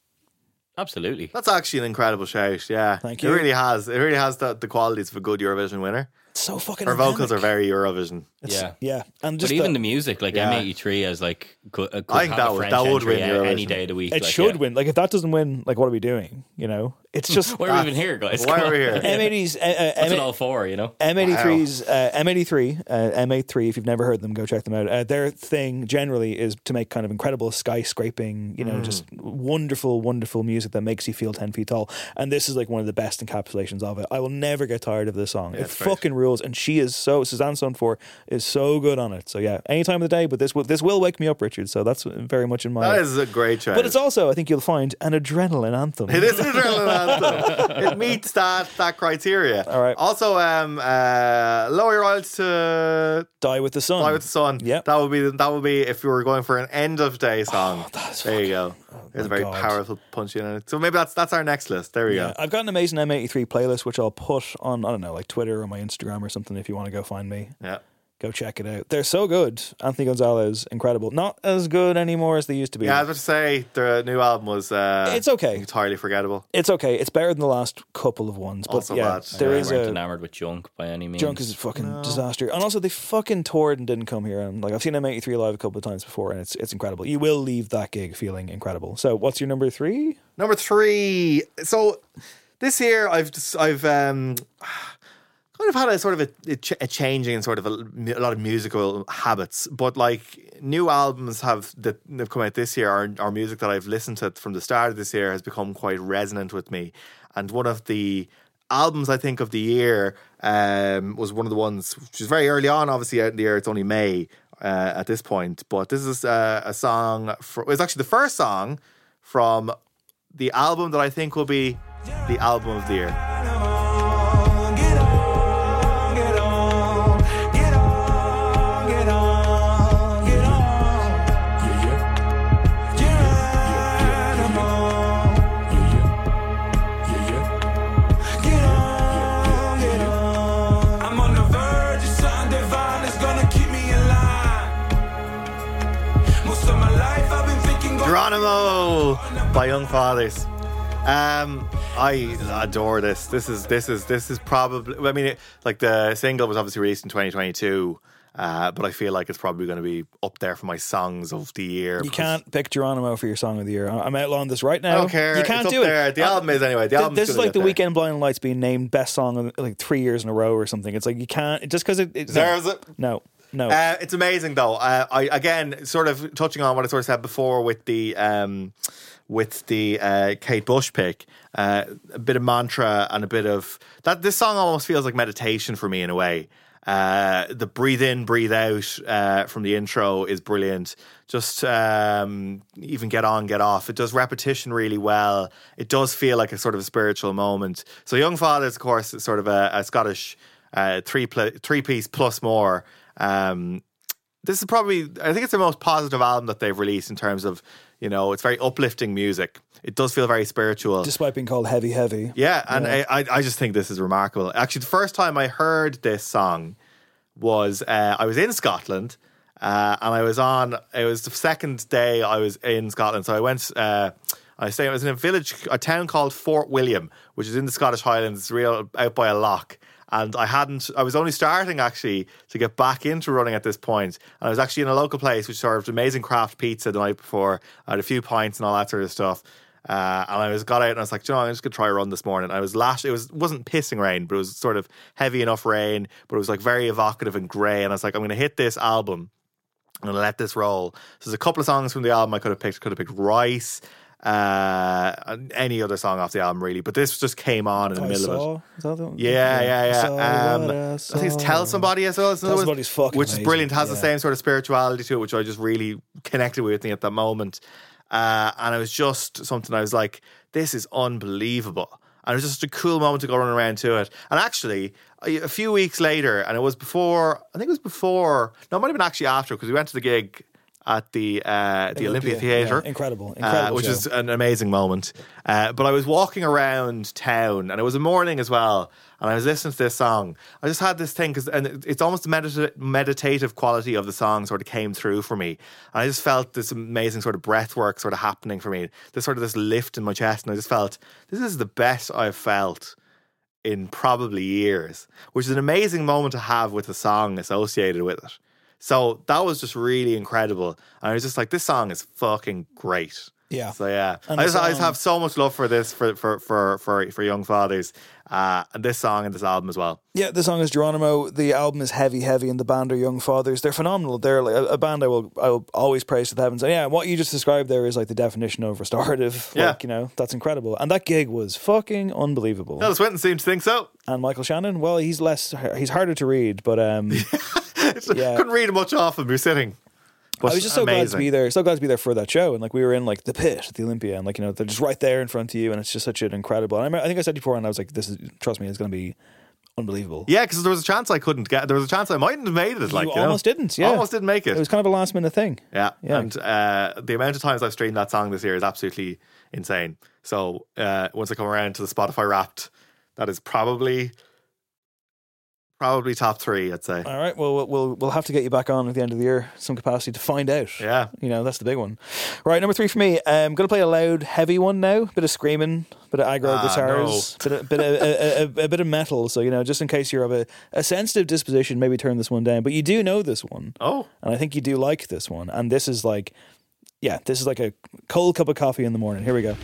Absolutely. that's actually an incredible shout. Yeah, Thank It you. really has. It really has the, the qualities of a good Eurovision winner. so fucking. Her vocals are organic. very Eurovision. It's- yeah, and just but even the- the music, like Yeah. M83, as like could, uh, could I think have that a would- French that would entry win a- Eurovision. any day of the week. it like, should yeah. win. Like if that doesn't win, like what are we doing? You know, it's just Why are we even here, guys? Why Come are we on. here? M80s, uh, uh, What's M- it all for? You know, M83's uh, M83 uh, M83 if you've never heard them go check them out uh, their thing generally is to make kind of incredible skyscraping you know just Mm. wonderful wonderful music that makes you feel 10 feet tall and this is like one of the best encapsulations of it I will never get tired of this song it it's great. fucking rules and she is so Suzanne Son 4 is so good on it so yeah any time of the day but this will this will wake me up Richard so that's very much in my That is a great choice. but it's also I think you'll find an adrenaline anthem It is an adrenaline anthem. It meets that that criteria. All right. Also, um, uh, lower your oils to Die with the Sun fly with the sun. Yep. Oh, That would be that would be if you were going for an end of day song. there you go. It's a very God. powerful punch in it. So maybe that's that's our next list. There we Yeah, go. I've got an amazing M83 playlist, which I'll put on, I don't know, like Twitter or my Instagram or something if you want to go find me. Yeah. Go check it out. They're so good. Anthony Gonzalez, incredible. Not as good anymore as they used to be. Yeah, I was about to say the new album was uh, It's okay. entirely forgettable. it's okay. It's better than the last couple of ones. But Also yeah, bad. there I is weren't a. enamored with junk by any means. Junk is a fucking disaster. And also, they fucking toured and didn't come here. And like, I've seen M83 live a couple of times before, and it's it's incredible. You will leave that gig feeling incredible. So, what's your number three? Number three. So this year, I've just, I've um, kind of had a sort of a, a, ch- a changing in sort of a, a lot of musical habits, but like new albums have that have come out this year, or, or music that I've listened to from the start of this year has become quite resonant with me. And one of the albums I think of the year um, was one of the ones which is very early on, obviously out in the year. It's only May uh, at this point, but this is uh, a song. For, it's actually the first song from the album that I think will be the album of the year. I'm on the verge of something divine that's gonna keep me alive. Most of my life I've been thinking Geronimo by Young Fathers. Um, I adore this. This is this is this is probably. I mean, it, like the single was obviously released in 2022, uh, but I feel like it's probably going to be up there for my songs of the year. You because can't pick Geronimo for your song of the year. I- I'm outlawing this right now. I don't care. You can't it's do up there. it. Uh, The I- album is anyway. The Th- album. this is like the weekend blinding lights being named best song of, like three years in a row or something. It's like you can't just because it, it Deserves no, it. No, no. Uh, it's amazing though. Uh, I again sort of touching on what I sort of said before with the um, with the uh, Kate Bush pick, uh, a bit of mantra and a bit of that. This song almost feels like meditation for me in a way. Uh, the breathe in, breathe out uh, from the intro is brilliant. Just um, even get on, get off. It does repetition really well. It does feel like a sort of a spiritual moment. So, Young Fathers, of course, is sort of a, a Scottish uh, three pl- three piece plus more. Um, this is probably I think it's the most positive album that they've released in terms of you know it's very uplifting music. It does feel very spiritual. Despite being called heavy, heavy. yeah, and I, I I just think this is remarkable. Actually, the first time I heard this song was uh, I was in Scotland. Uh, and I was on. It was the second day I was in Scotland, so I went. Uh, I say it was in a village, a town called Fort William, which is in the Scottish Highlands, It's real out by a lock. And I hadn't. I was only starting actually to get back into running at this point. And I was actually in a local place which served amazing craft pizza the night before. I had a few pints and all that sort of stuff. Uh, and I was got out and I was like, "Do you know, what? I'm just gonna try a run this morning. I was lashed. It was wasn't pissing rain, but it was sort of heavy enough rain, but it was like very evocative and grey. And I was like, I'm gonna hit this album. I'm gonna let this roll. So there's a couple of songs from the album I could have picked. Could have picked Rice, uh, and any other song off the album really, but this just came on in the I middle of it. saw. Is that the one? Yeah, yeah, yeah. saw um, what I I, think it's Tell saw. Somebody as well. It's another Tell one, Somebody's fucking Which is amazing, brilliant. Has the yeah. same sort of spirituality to it, which I just really connected with me at that moment. Uh, and it was just something I was like, this is unbelievable. And it was just a cool moment to go running around to it. And actually, a a few weeks later, and it was before, I think it was before, no, it might have been actually after, because we went to the gig at the uh, the Olympia, Olympia, Theatre. yeah, incredible, uh, incredible which show. is an amazing moment. Uh, but I was walking around town, and it was a morning as well, and I was listening to this song. I just had this thing because, and it- it's almost the medita- meditative quality of the song sort of came through for me, and I just felt this amazing sort of breath work sort of happening for me. This sort of this lift in my chest, and I just felt this is the best I've felt in probably years, which is an amazing moment to have with a song associated with it. So that was just really incredible. And I was just like, this song is fucking great. Yeah. So yeah, And I the just, I just song- have so much love for this for for for for, for young fathers, uh, and this song and this album as well. Yeah, the song is Geronimo. The album is heavy, heavy, and the band are Young Fathers. They're phenomenal. They're like a, a band I will I will always praise to the heavens. And yeah, what you just described there is like the definition of restorative. Yeah. Like, you know, that's incredible. And that gig was fucking unbelievable. Ellis Winton seems to think so. And Michael Shannon, well, he's less he's harder to read, but um yeah. Couldn't read much off him. You're sitting. But I was just so glad to amazing. be there. So glad to be there for that show. And like we were in like the pit at the Olympia, and like you know they're just right there in front of you, and it's just such an incredible. And I, remember, I think I said before, and I was like, "This is trust me, it's going to be unbelievable." Yeah, because there was a chance I couldn't get. There was a chance I mightn't have made it. Like you know? almost didn't. Yeah, almost didn't make it. It was kind of a last minute thing. Yeah. Yeah. And uh, the amount of times I've streamed that song this year is absolutely insane. So uh, once I come around to the Spotify Wrapped, that is probably probably top three, I'd say. All right. Well, we'll- we'll we'll have to get you back on at the end of the year, some capacity to find out. Yeah. You know, that's the big one. Right, number three for me. I'm going to play a loud, heavy one now. Bit of screaming, bit of aggro Ah, guitars, bit of, bit of, a, a, a, a bit of metal. So you know, just in case you're of a, a sensitive disposition, maybe turn this one down. But you do know this one. Oh. And I think you do like this one. And this is like, yeah, this is like a cold cup of coffee in the morning. Here we go.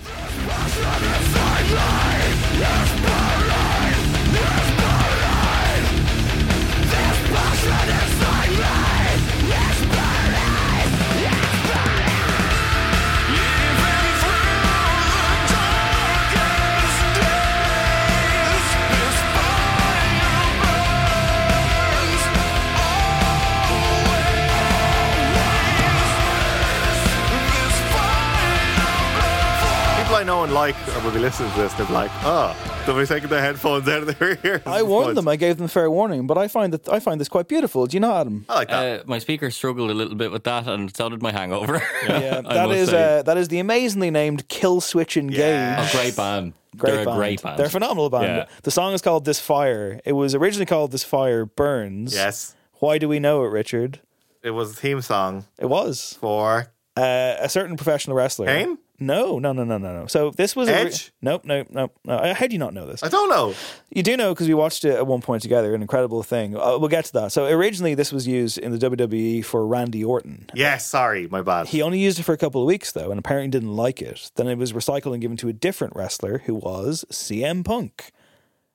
People I know and like or will be listening to this, they'll be like, oh, they'll be taking their headphones out of their ears. I warned them. I gave them fair warning. But I find that I find this quite beautiful. Do you know, Adam? I like that. Uh, my speaker struggled a little bit with that, and so did my hangover. Yeah, that is uh, that is the amazingly named Kill Switch Engage. a great band. Great They're band. a great band. They're a phenomenal band. Yeah. The song is called This Fire. It was originally called This Fire Burns. Yes. Why do we know it, Richard? It was a theme song It was for uh, a certain professional wrestler. Kane? No, no, no, no, no, no. So this was a Edge? nope, nope, nope. No. I- How do you not know this? I don't know. You do know because we watched it at one point together. An incredible thing. Uh, we'll get to that. So originally, this was used in the WWE for Randy Orton. Yes, sorry, my bad. He only used it for a couple of weeks though, and apparently didn't like it. Then it was recycled and given to a different wrestler who was CM Punk.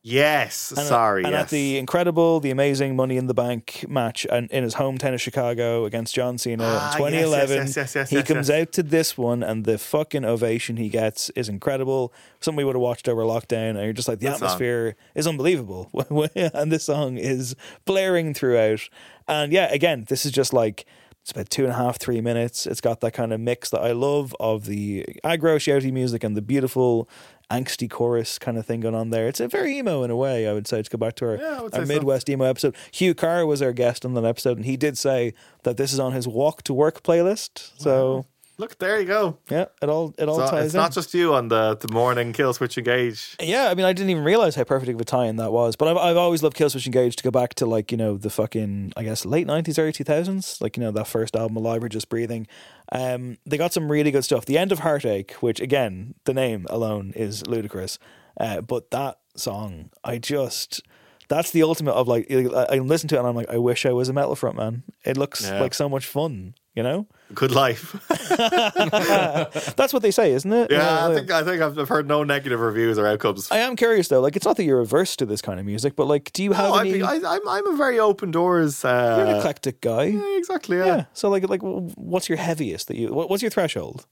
Yes, And- uh, sorry, And yes. at the incredible, the amazing Money in the Bank match and in his hometown of Chicago against John Cena Ah, in yes, 2011, yes, yes, yes, he yes, comes yes. out to this one, and the fucking ovation he gets is incredible. Something we would have watched over lockdown, and you're just like, the That song. atmosphere is unbelievable. and this song is blaring throughout. And yeah, again, this is just like. It's about two and a half, three minutes. It's got that kind of mix that I love of the aggro shouty music and the beautiful angsty chorus kind of thing going on there. It's a very emo in a way, I would say, to go back to our, Yeah, I would our say so. Midwest emo episode. Hugh Carr was our guest on that episode, and he did say that this is on his walk to work playlist. So Look, there you go. yeah, it all it all So ties it's in. not just you on the, the morning kill switch engage. yeah, I mean, I didn't even realize how perfect of a tie-in that was, but I've, I've always loved Killswitch Engage to go back to like you know the fucking I guess late nineties, early two thousands, like you know that first album, Alive or Just Breathing. Um, they got some really good stuff. The End of Heartache, which again, the name alone is ludicrous, uh, but that song, I just that's the ultimate of like I I listen to it and I'm like, I wish I was a metal front man. It looks Yeah. like so much fun, you know. Good life. That's what they say, isn't it? Yeah, I Uh, think I think I've, I've heard no negative reviews or outcomes. I am curious though. Like, it's not that you're averse to this kind of music, but like, do you have No, I'd any? be- I, I'm I'm a very open doors. Uh, you're an eclectic guy. Yeah, exactly. Yeah. So like, like, what's your heaviest that you? What, what's your threshold?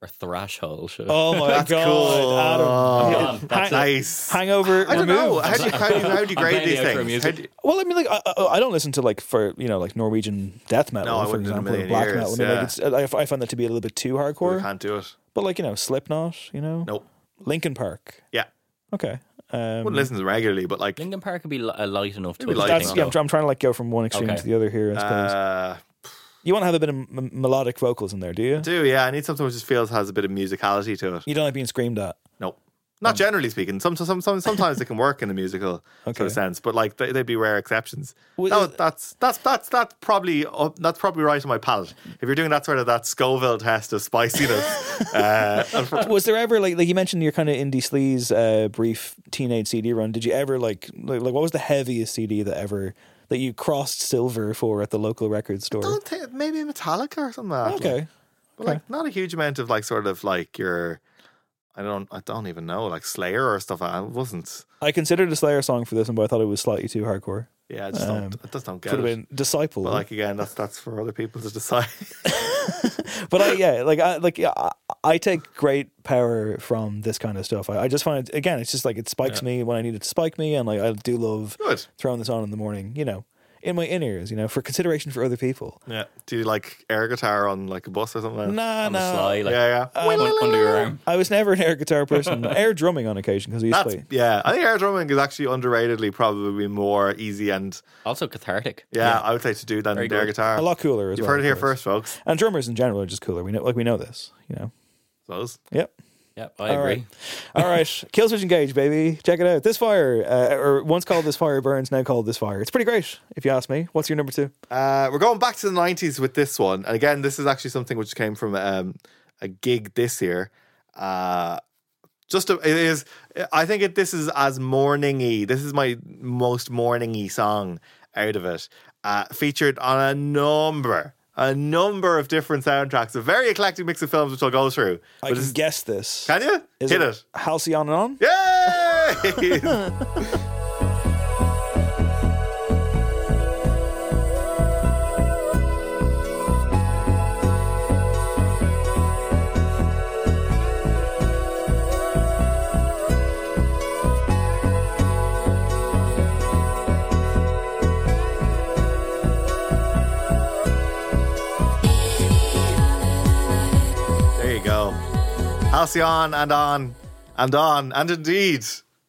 Or Thrashhole. Sure. Oh my That's god, cool. Adam. Oh, that's Hang- nice. Hangover. I don't know. removed. How do you how do you, how do you I'm grade barely these out for things? How music. do you- Well, I mean, like, I, I I don't listen to like for you know like Norwegian death metal, No, I for wouldn't in a example, or million black metal. I years, mean, yeah. like, it's, I, I find that to be a little bit too I hardcore. can't do it. But like you know, Slipknot, you know, Nope. Linkin Park. Yeah, Okay. Um, wouldn't listen to them regularly, but like Lincoln Hmm. Park would be li- uh, light enough to It'd be listen light that's, to. yeah, I'm, tr- I'm trying to like go from one extreme Okay. to the other here. I suppose. uh, you want to have a bit of m- melodic vocals in there, do you? do yeah. I need something which just feels has a bit of musicality to it. You don't like being screamed at. Nope. Not generally speaking. Some, some, some sometimes it can work in a musical sort Okay. of sense, but like they, they'd be rare exceptions. Well, uh, That is- was- that's that's that's that's probably up, that's probably right on my palate. If you're doing that sort of that Scoville test of spiciness, uh, and for- was there ever like like you mentioned your kind of indie sleaze uh, brief teenage CD run? Did you ever like, like like what was the heaviest CD that ever that you crossed silver for at the local record store? don't think maybe Metallica or something. Like that. Okay. but like not a huge amount of like sort of like your. I don't. I don't even know, like Slayer or stuff. I wasn't. I considered a Slayer song for this one, but I thought it was slightly too hardcore. Yeah, I just Um, don't. I just don't get could have been it. Disciple. But like again, that's that's for other people to decide. but I, yeah, like I like yeah, I, I take great power from this kind of stuff. I, I just find it again, it's just like it spikes Yeah. me when I need it to spike me, and like I do love Good. throwing this on in the morning. You know, in my in ears. You know, for consideration for other people. Yeah. Do you like air guitar on like a bus or something? Nah, on the no. sly, like, yeah, yeah. under your arm. I was never an air guitar person. air drumming on occasion because I used That's to play. yeah. I think air drumming is actually underratedly probably more easy and also cathartic. Yeah, I would say to do than Very air good. guitar. A lot cooler as You've well, heard it here of course. first, folks. And drummers in general are just cooler. We know, like we know this. You know. Those. Yep. Yep, I All agree. right. All right. Killswitch Engage, baby. Check it out. This fire, uh, or once called This Fire Burns, now called This Fire. It's pretty great, if you ask me. What's your number two? Uh, we're going back to the nineties with this one, and again, this is actually something which came from um, a gig this year. Uh, just a, it is. I think it, this is as morningy. This is my most morningy song out of it. Uh, featured on a number, a number of different soundtracks, a very eclectic mix of films, which I'll go through. I But can this- guess this. can you Is hit it it? Halcyon and On? Yay! There you go. Halcyon and on and on and indeed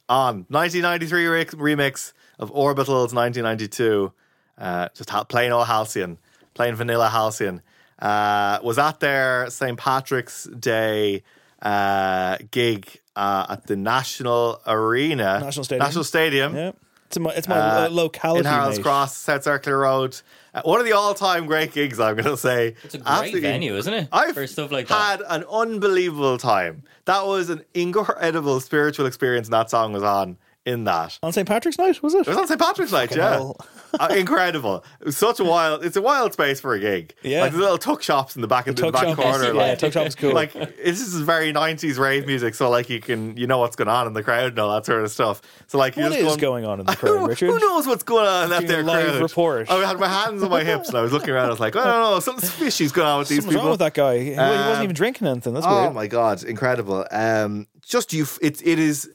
on 1993 re- remix of Orbital's 1992. Uh, just ha- plain old Halcyon, plain vanilla Halcyon. Uh, was at their St. Patrick's Day uh, gig uh, at the National Arena, National Stadium. National Stadium. Yeah. It's my, it's my Uh, uh, locality. in Harold's mate. Cross, South Circular Road. Uh, one of the all-time great gigs, I'm going to say. It's a great venue, isn't it? I've For stuff like had that. an unbelievable time. That was an incredible spiritual experience. And that song was on in that. On St. Patrick's Night, was it? It was on St. Patrick's Night, Fucking yeah. hell. Uh, incredible. It was such a wild. It's a wild space for a gig. Yeah. like the little tuck shops in the back of the, Tuck back shop. corner. Yeah, like, tuck shop's cool. Like this is very nineties rave music, so like you can you know what's going on in the crowd and all that sort of stuff. So like you're What just is going, going on in the crowd, Richard? who knows what's going on in that Doing a there live crowd? report. I had my hands on my hips and I was looking around. I was like, I don't know, something fishy's going on with these What's people. wrong with that guy? He- he wasn't Um, even drinking anything. That's oh weird. my god, incredible! Um, just you. It it is.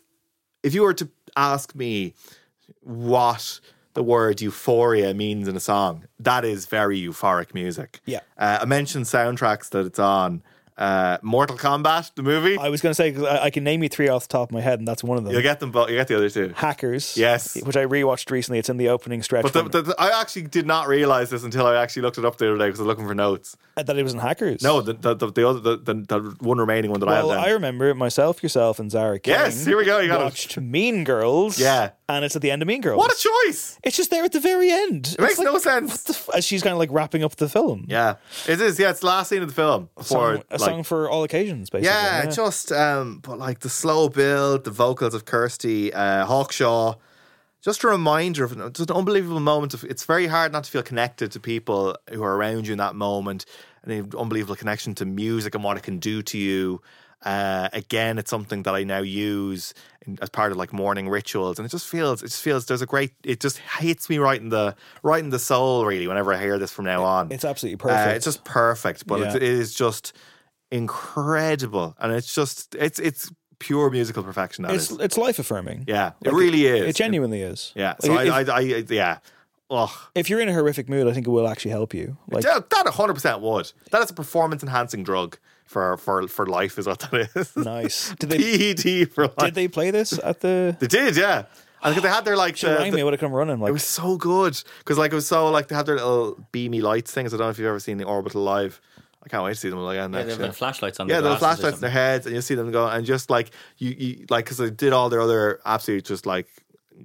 If you were to ask me what the word euphoria means in a song, that is very euphoric music. Yeah. Uh, I mentioned soundtracks that it's on. Uh, Mortal Kombat, the movie. I was going to say, 'cause I, I can name you three off the top of my head, and that's one of them. You'll get them, but you get the other two. Hackers. Yes. Which I rewatched recently. It's in the opening stretch. But the, from- the, the- I actually did not realize this until I actually looked it up the other day because I was looking for notes. that it was in Hackers. No, the the the, the other the, the, the one remaining one that Well, I have. I Then. remember it myself, yourself, and Zara King. Yes, here we go, you got it. watched Mean Girls. Yeah. and it's at the end of Mean Girls. What a choice! It's just there at the very end. It makes no sense. What the f- as she's kind of like wrapping up the film. Yeah, it is. Yeah, it's the last scene of the film. a song, Before, a like- song for all occasions, basically. yeah, just um, but like the slow build, the vocals of Kirsty uh, Hawkshaw, just a reminder of just an unbelievable moment. Of it's very hard not to feel connected to people who are around you in that moment, and an unbelievable connection to music and what it can do to you. Uh, again, it's something that I now use in, as part of like morning rituals, and it just feels it just feels there's a great it just hits me right in the right in the soul really whenever I hear this from now on. it's absolutely Uh, perfect. it's just perfect, but it's, Yeah. it is just incredible, and it's just it's it's pure musical perfection. That it's is. it's life affirming. yeah, it Like, really is. It genuinely is. yeah. Like, So if, I, I, I, yeah. Oh, if you're in a horrific mood, I think it will actually help you. Like, that that hundred percent would. That is a performance enhancing drug for for for life, is what that is. nice. Did they PED for life. did they play this at the? They did, yeah. And 'cause they had their like Should the- remind the- me, I would have come running. Like, it was so good because like it was so like they had their little beamy lights things. I don't know if you've ever seen the orbital live. I can't wait to see them again. Yeah, next they've year. got flashlights on Yeah, their they'll have glasses or flashlights in their heads, and you see them go and just like you, you like because they did all their other absolute just like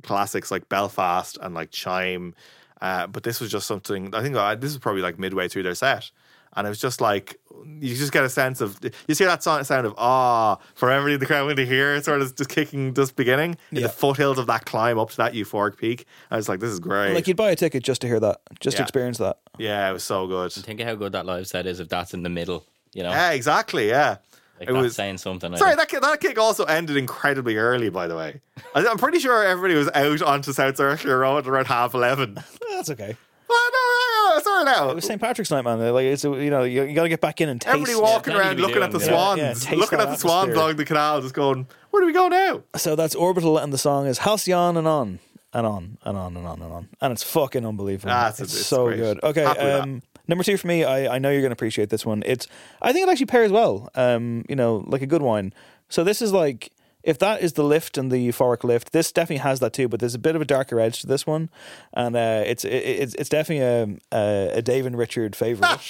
classics like Belfast and like Chime, uh, but this was just something. I think uh, this is probably like midway through their set. And it was just like you just get a sense of you see that song, sound of ah for everything the crowd went to hear sort of just kicking just beginning in the foothills of that climb up to that euphoric peak. I was like, this is great. Like you'd buy a ticket just to hear that, just Yeah. to experience that. yeah, it was so good. Think of how good that live set is if that's in the middle. You know, Yeah, exactly. Yeah, like it that's was saying something. I Sorry, think. that kick, that kick also ended incredibly early, by the way. I- I'm pretty sure everybody was out onto South Circular Road around half 11. That's okay. Oh, no, no, no, sorry now. It was St. Patrick's night, man. Like it's you know you, you got to get back in and taste. Everybody walking around looking at the swans, looking at the swans along the canal, just going, where do we go now? So that's Orbital, and the song is Halcyon and on and on and on and on and on, and it's fucking unbelievable. Ah, it's, it's- it's so great. good. Okay, Happy with um, number two for me. I, I know you're going to appreciate this one. It's I think it actually pairs well. Um, you know, like a good wine. So this is like if that is the lift and the euphoric lift, this definitely has that too. But there's a bit of a darker edge to this one, and uh, it's it, it's it's definitely a, a, a Dave and Richard favorite,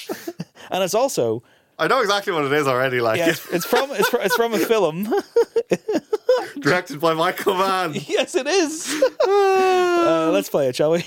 and it's also. I know exactly what it is already. Like, Yeah, it's, it's from it's from, it's from a film. directed by Michael Mann. yes, it is. uh, let's play it, shall we?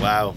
Wow.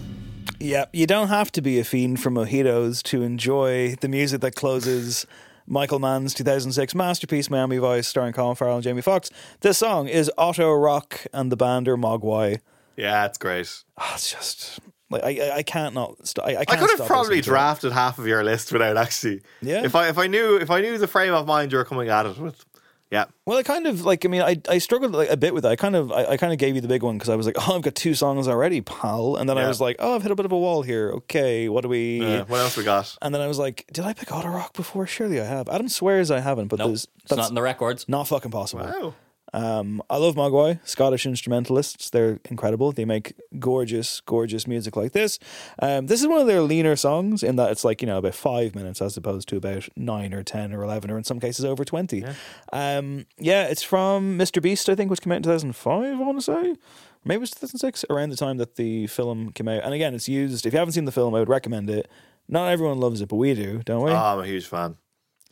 Yeah, you don't have to be a fiend for mojitos to enjoy the music that closes Michael Mann's 2006 masterpiece Miami Vice, starring Colin Farrell and Jamie Foxx. This song is Otto Rock and the band are Mogwai. Yeah, it's great. Ah, it's just like I, I- I can't not. St- I, I, I can't could have stop probably listening to it. drafted half of your list without actually. Yeah. If I if I knew if I knew the frame of mind you were coming at it with. Yeah. Well, I kind of like. I mean, I, I struggled like, a bit with it. I kind of I, I kind of gave you the big one because I was like, oh, I've got two songs already, pal, and then I Yeah. was like, oh, I've hit a bit of a wall here. Okay, what do we? Uh, what else we got? And then I was like, did I pick Auto Rock before? Surely I have. Adam swears I haven't, but there's, it's not in the records. Not fucking possible. Um, I love Mogwai, Scottish instrumentalists. They're incredible. They make gorgeous, gorgeous music like this. Um, this is one of their leaner songs in that it's like, you know, about five minutes as opposed to about nine or 10 or 11 or in some cases over 20. Yeah, um, yeah it's from Mr. Beast, I think, which came out in 2005, I want to say. Maybe it was 2006, around the time that the film came out. And again, it's used, if you haven't seen the film, I would recommend it. Not everyone loves it, but we do, don't we? Oh, I'm a huge fan.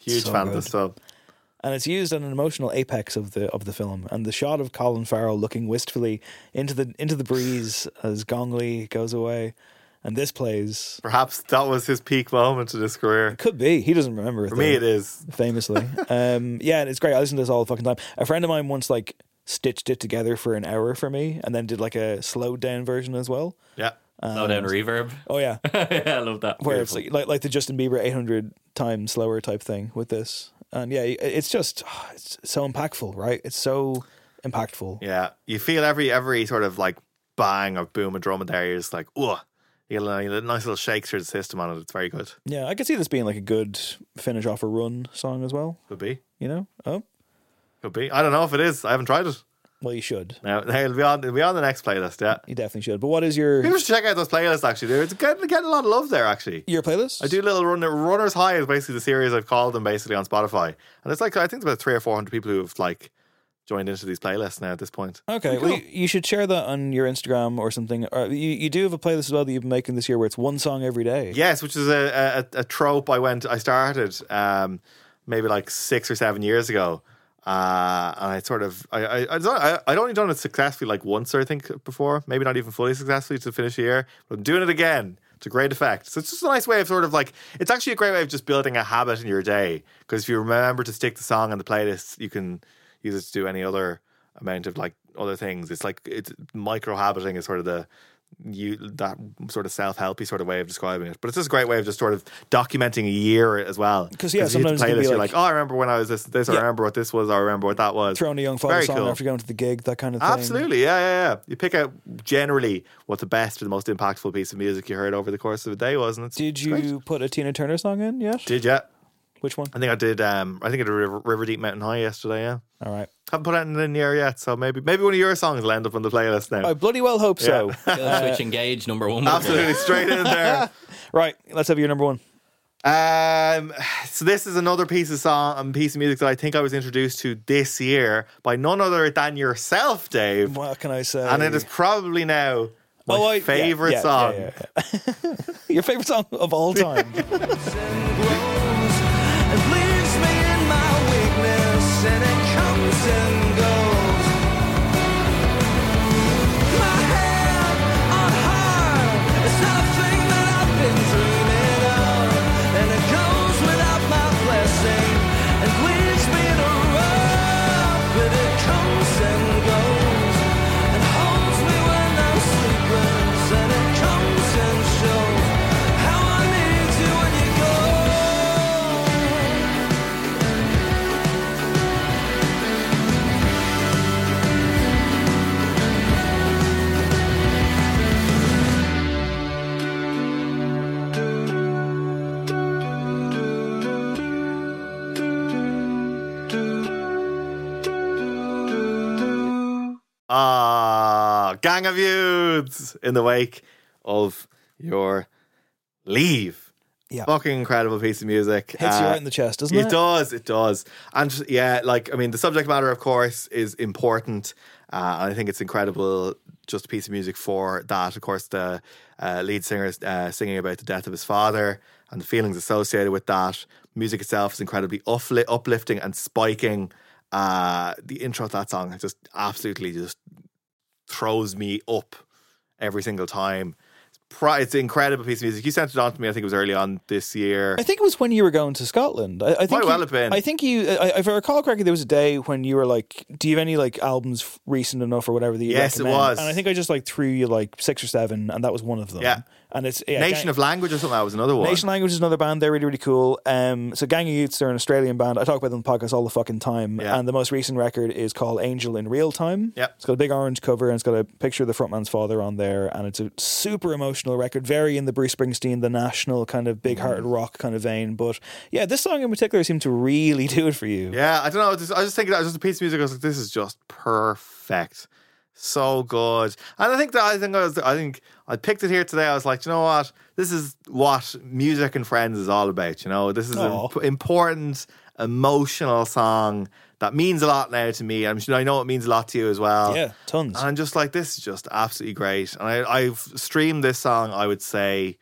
Huge So fan of this good. sub. and it's used at an emotional apex of the of the film. And the shot of Colin Farrell looking wistfully into the into the breeze as Gong Li goes away, and this plays Perhaps that was his peak moment in his career. could be he doesn't remember it. For me, though, it is. famously. um, yeah, and it's great. I listen to this all the fucking time. A friend of mine once like stitched it together for an hour for me, and then did like a slowed down version as well. Yeah. Uh, Slow down reverb. Oh yeah, I love that. where it's like, like like the Justin Bieber 800 times slower type thing with this. And yeah, it- it's just it's so impactful, right? It's so impactful. Yeah, you feel every every sort of like bang or boom of drum in there. You're just like, oh, you get a ni- nice little shake through the system on it. It's very good. Yeah, I could see this being like a good finish off a run song as well. Could be, You know? Oh, could be. I don't know if it is. I haven't tried it. well, you should. Now now it'll be on. It'll be on the next playlist. Yeah, You definitely should. But what is your people should check out those playlists. Actually, dude. it's getting getting a lot of love there. Actually. your playlist? I do little runner runners high is basically the series I've called them basically on Spotify, and it's like I think there's about three or four hundred people who have like joined into these playlists now at this point. Okay, well, you, you should share that on your Instagram or something. Or you, you do have a playlist as well that you've been making this year where it's one song every day. Yes, which is a, a, a trope I went I started um, maybe like six or seven years ago. Uh, and I sort of I I I don't, I I'd only done it successfully like once I think before, maybe not even fully successfully to finish a year, but I'm doing it again. It's a great effect. So it's just a nice way of sort of like it's actually a great way of just building a habit in your day because if you remember to stick the song on the playlist, you can use it to do any other amount of like other things. It's like it's micro habiting is sort of the you that sort of self helpy sort of way of describing it. But it's just a great way of just sort of documenting a year as well. 'Cause, yeah, you hit sometimes it the can playlist, be you're like- like, oh, I remember when I was this, this, or I remember what this was, or I remember what that was. Throwing a young Very father song cool. after going to the gig, that kind of thing. Absolutely, yeah, yeah, yeah. You pick out generally what the best or the most impactful piece of music you heard over the course of a day was, and it's Did you put a Tina Turner song in yet? did yeah. Which one? I think I did. Um, I think I did River, River Deep Mountain High yesterday. Yeah, All right. haven't put anything in the air yet, so maybe maybe one of your songs will end up on the playlist now. I bloody well hope so. Yeah. Kill Switch Engage, number one. Absolutely, straight in there. right, let's have your number one. Um, so this is another piece of song and piece of music that I think I was introduced to this year by none other than yourself, Dave. What can I say? And it is probably now my Oh, I- yeah, favorite yeah, song. yeah, yeah. Your favorite song of all time. It leaves me in my weakness and it comes and goes. My head on high is nothing that I've been dreaming of. And it goes without my blessing and leaves me in a rut. But it comes and goes and holds me when I'm sleepless. And it comes and shows how I need you when you go. Ah, gang of youths in the wake of your leave. Yeah. Fucking incredible piece of music. Hits you Uh, right in the chest, doesn't it? It does, it does. And just- yeah, like, I mean, the subject matter, of course, is important. Uh, and I think it's incredible, just a piece of music for that. Of course, the uh, lead singer is uh, singing about the death of his father and the feelings associated with that. Music itself is incredibly upli- uplifting and spiking. Uh, the intro to that song just absolutely just throws me up every single time. It's, pri- it's an incredible piece of music. You sent it on to me, I think it was early on this year. I think it was when you were going to Scotland. I, I think Might you, well have been. I think you. I, if I recall correctly, there was a day when you were like, "Do you have any like albums recent enough or whatever?" That you Yes, it recommend?" was. And I think I just like threw you like six or seven, and that was one of them. Yeah. And it's yeah, Nation Gang- of Language or something. That was another one. Nation Language is another band. They're really, really cool. Um, so Gang of Youths, they're an Australian band. I talk about them on the podcast all the fucking time. And the most recent record is called Angel in Real Time. Yep. It's got a big orange cover and it's got a picture of the frontman's father on there. And it's a super emotional record, very in the Bruce Springsteen, the national kind of big Mm-hmm. hearted rock kind of vein. But yeah, this song in particular seemed to really do it for you. Yeah, I don't know. Just, I was just thinking that was just a piece of music. I was like, this is just perfect, so good. And I think that I think I, was, I think I picked it here today. I was like, you know what? This is what music and friends is all about. You know, this is an Aw. imp- important emotional song that means a lot now to me. I'm sure I know it means a lot to you as well. Yeah, tons. And I'm just like, this is just absolutely great. And I, I've streamed this song. I would say.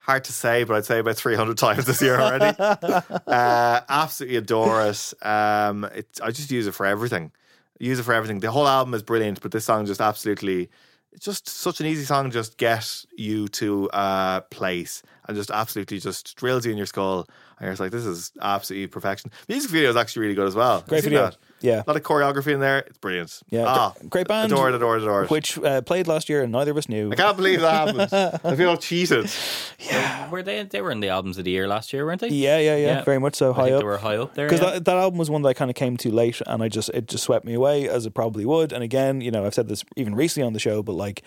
Hard to say, but I'd say about 300 times this year already uh, absolutely adore it. Um, it's I just use it for everything. Use it for everything. The whole album is brilliant, but this song just absolutely, it's just such an easy song. to Just get you to a place and just absolutely just drills you in your skull. And you're just like, this is absolutely perfection. music video is actually really good as well. Have you Great seen video. that? Yeah. A lot of choreography in there. It's brilliant. Yeah. Ah, gr- Great band. Adore it, adore it, adore it. Which uh, played last year and neither of us knew. I can't believe that happened. I feel cheated. Were they? They were in the albums of the year last year, weren't they? Yeah, yeah, yeah, Yeah. Very much so. I High think up. they were high up there, Because yeah. that, that album was one that I kind of came to late, and I just it just swept me away as it probably would. And again, you know, I've said this even recently on the show, but like.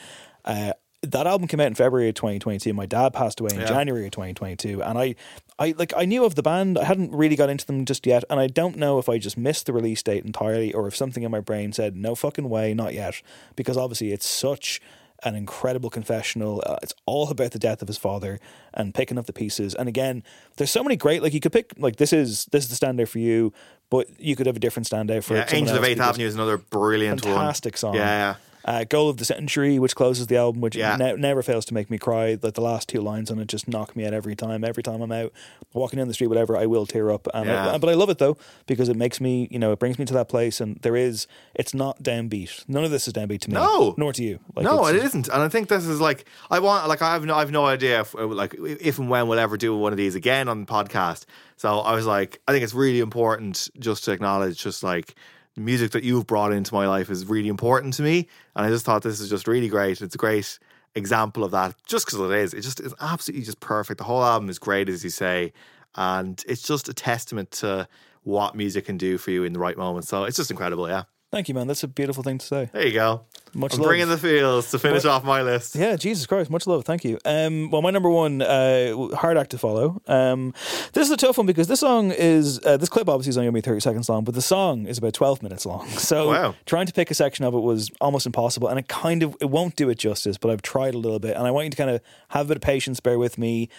Uh, that album came out in February of 2022. My dad passed away in Yeah. January of 2022, and I, I like I knew of the band. I hadn't really got into them just yet, and I don't know if I just missed the release date entirely, or if something in my brain said no fucking way, not yet, because obviously it's such an incredible confessional. Uh, it's all about the death of his father and picking up the pieces. And again, there's so many great. Like you could pick like this is this is the standout for you, but you could have a different standout for Yeah, someone Angel of else Eighth because- Avenue is another brilliant one. fantastic song. Yeah, yeah. Uh, Goal of the Century, which closes the album, which Yeah. ne- never fails to make me cry. Like the last two lines on it just knock me out every time. Every time I'm out walking down the street, whatever, I will tear up. And I- Yeah. but I love it though because it makes me, you know, it brings me to that place. And there is, it's not downbeat. None of this is downbeat to me. No. nor to you. no, it's- it isn't, and I think this is like I want. Like I have, no, I have no idea if, uh, like if and when we'll ever do one of these again on the podcast. So I was like, I think it's really important just to acknowledge, just like the music that you've brought into my life is really important to me. And I just thought this is just really great. It's a great example of that, just because it is. It just is absolutely just perfect. The whole album is great, as you say, and it's just a testament to what music can do for you in the right moment. So it's just incredible, yeah. Thank you, man. That's a beautiful thing to say. There you go. Much I'm love. bringing the fields to finish Well- off my list. Yeah, Jesus Christ, much love. Thank you. Um, well, my number one, uh, hard act to follow. Um, this is a tough one because this song is uh, this clip obviously is only going to be thirty seconds long, but the song is about twelve minutes long. So Wow. trying to pick a section of it was almost impossible, and it kind of it won't do it justice. But I've tried a little bit, and I want you to kind of have a bit of patience. Bear with me.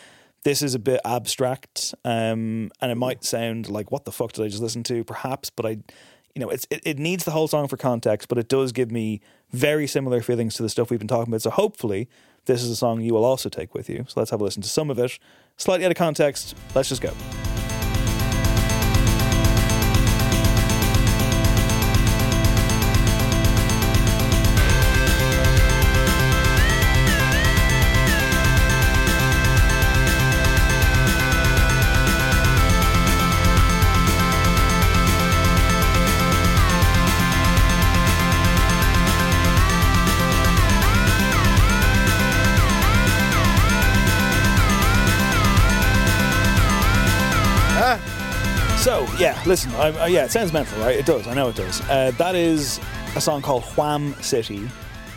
This is a bit abstract, um, and it might sound like what the fuck did I just listen to? Perhaps, but I you know, it's it, it needs the whole song for context, but it does give me very similar feelings to the stuff we've been talking about. So hopefully, this is a song you will also take with you. So let's have a listen to some of it, slightly out of context. Let's just go. So yeah, listen, I, I, yeah, it sounds mental, right? It does. I know it does. Uh, that is a song called Wham City,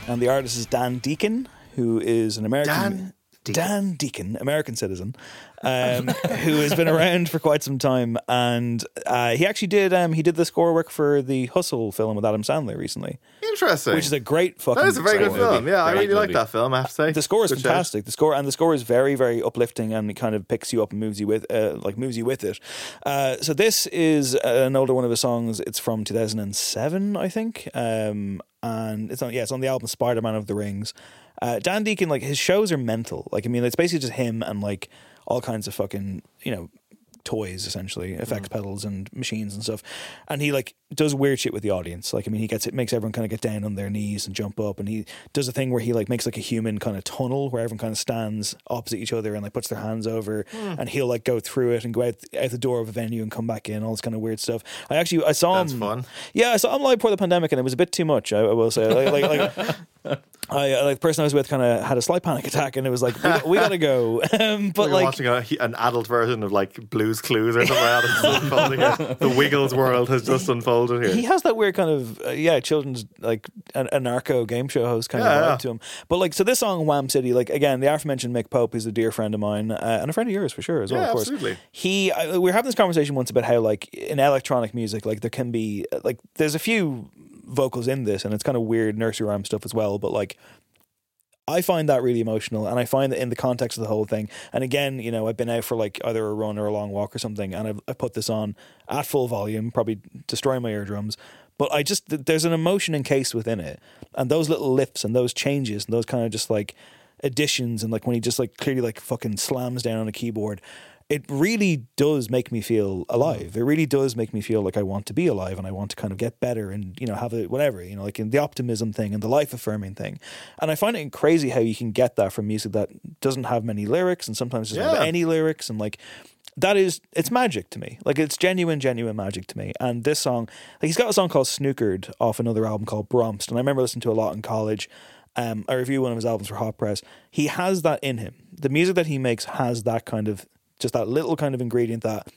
and the artist is Dan Deacon, who is an American. Dan- Dan Deacon, American citizen, um, who has been around for quite some time, and uh, he actually did um, he did the score work for the Hustle film with Adam Sandler recently. Interesting. Which is a great fucking. That is a very good song. film. Yeah, I Great really like movie. that film. I have to say, uh, The score is Good shout. fantastic. The score and the score is very, very uplifting and it kind of picks you up and moves you with, uh, like moves you with it. Uh, so this is an older one of his songs. It's from 2007, I think. Um, and it's on, yeah, it's on the album Spider Man of the Rings. Uh, Dan Deacon, like his shows are mental. Like I mean, it's basically just him and like all kinds of fucking, you know, toys essentially effects pedals and machines and stuff and he like does weird shit with the audience like i mean he gets it makes everyone kind of get down on their knees and jump up and he does a thing where he like makes like a human kind of tunnel where everyone kind of stands opposite each other and like puts their hands over Hmm. and he'll like go through it and go out, out the door of a venue and come back in all this kind of weird stuff i actually i saw him yeah i saw him live before the pandemic and it was a bit too much i, I will say like, like, like I uh, like the person I was with kind of had a slight panic attack, and it was like we, we gotta go. Um, but We're like watching a, an adult version of like Blues Clues or something like that. It's unfolding here. The Wiggles world has just unfolded here. He has that weird kind of uh, yeah, children's like an anarcho game show host kind Yeah, of vibe yeah. to him. But like, so this song Wham City, like again, the aforementioned Mick Pope, who's a dear friend of mine uh, and a friend of yours for sure as well. Yeah, of course, absolutely. He, I, we were having this conversation once about how like in electronic music, like there can be uh, like there's a few vocals in this, and it's kind of weird nursery rhyme stuff as well. But like I find that really emotional, and I find that in the context of the whole thing. And again, you know, I've been out for like either a run or a long walk or something, and I've, I've put this on at full volume, probably destroying my eardrums. But I just th- there's an emotion encased within it, and those little lifts and those changes and those kind of just like additions and like when he just like clearly like fucking slams down on a keyboard. It really does make me feel alive. It really does make me feel like I want to be alive and I want to kind of get better and, you know, have a whatever, you know, like in the optimism thing and the life affirming thing. And I find it crazy how you can get that from music that doesn't have many lyrics and sometimes doesn't have Yeah. any lyrics and like that is it's magic to me. Like it's genuine, genuine magic to me. And this song, like he's got a song called Snookered off another album called Bromst, and I remember listening to a lot in college. Um, I reviewed one of his albums for Hot Press. He has that in him. The music that he makes has that kind of just that little kind of ingredient that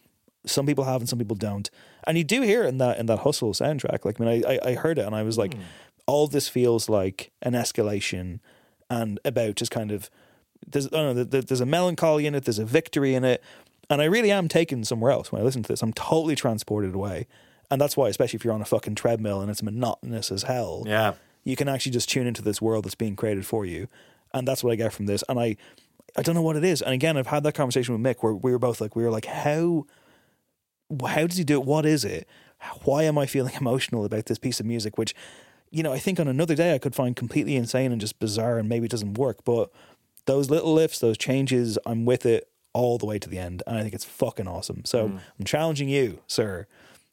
some people have and some people don't. And you do hear it in that in that hustle soundtrack. Like I mean, I I, I heard it and I was like, all this feels like an escalation and about just kind of there's I don't know, there- there's a melancholy in it, there's a victory in it, and I really am taken somewhere else when I listen to this. I'm totally transported away, and that's why, especially if you're on a fucking treadmill and it's monotonous as hell, Yeah. you can actually just tune into this world that's being created for you, and that's what I get from this. And I, I don't know what it is. And again, I've had that conversation with Mick where we were both like, we were like, how how does he do it? What is it? Why am I feeling emotional about this piece of music? Which, you know, I think on another day I could find completely insane and just bizarre and maybe it doesn't work. But those little lifts, those changes, I'm Mm. with it all the way to the end. And I think it's fucking awesome. So I'm challenging you, sir,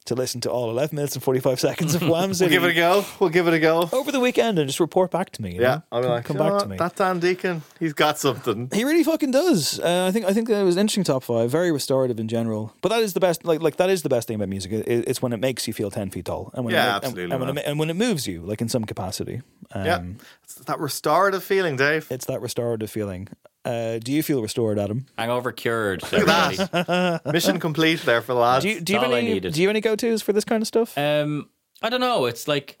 to listen to all 11 minutes and 45 seconds of Wham We'll City give it a go. We'll give it a go. over the weekend and just report back to me. you Yeah, know? I'll be Come- like, Hmm? come "You know "Oh, back to what? me. That Dan Deacon, he's got something. He really fucking does. Uh, I think I think that it was an interesting top five, very restorative in general. But that is the best. Like like that is the best thing about music. It, it's when it makes you feel ten feet tall, and when Yeah, it, ma- and- absolutely, and, when it, man. ma- and when it moves you, like in some capacity. Um, yeah, it's that restorative feeling, Dave. it's that restorative feeling. Uh, do you feel restored, Adam? Hangover cured. Look at that. Mission complete there for the lads. Do you, do you have all I any? needed. Do you have any go tos for this kind of stuff? Um, I don't know. It's like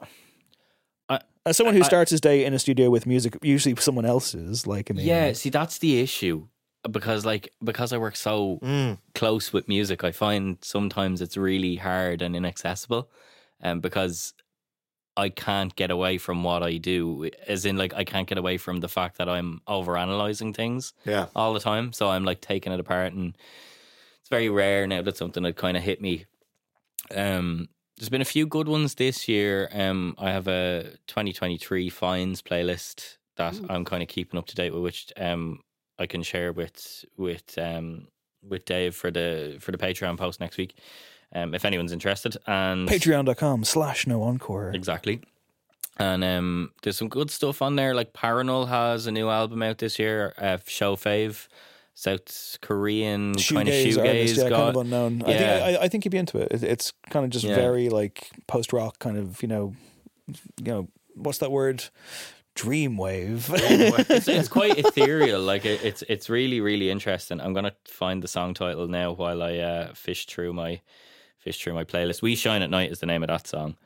As someone who I- starts his day in a studio with music, usually someone else's. Like I mean, Yeah, see, that's the issue because, like, because I work so close with music, I find sometimes it's really hard and inaccessible, um, because I can't get away from what I do. As in, like, I can't get away from the fact that I'm overanalyzing things Yeah. all the time. So I'm like taking it apart, and it's very rare now that something that kind of hit me. Um, there's been a few good ones this year. Um, I have a 2023 finds playlist that I'm kind of keeping up to date with, which um I can share with with um with Dave for the for the Patreon post next week, um if anyone's interested. And Patreon.com slash no encore. Exactly. And um, there's some good stuff on there. Like Paranol has a new album out this year. Uh, Show Fave, South Korean kind of Shoegaze artist, shoegaze yeah, guy. kind of unknown. I Yeah. think I, I think you'd be into it. It- It's kind of just Yeah. very like post rock kind of you know, you know what's that word? Dreamwave. it's, it's quite ethereal. Like it, it's it's really really interesting. I'm gonna find the song title now while I uh, fish through my fish through my playlist. We shine at night is the name of that song.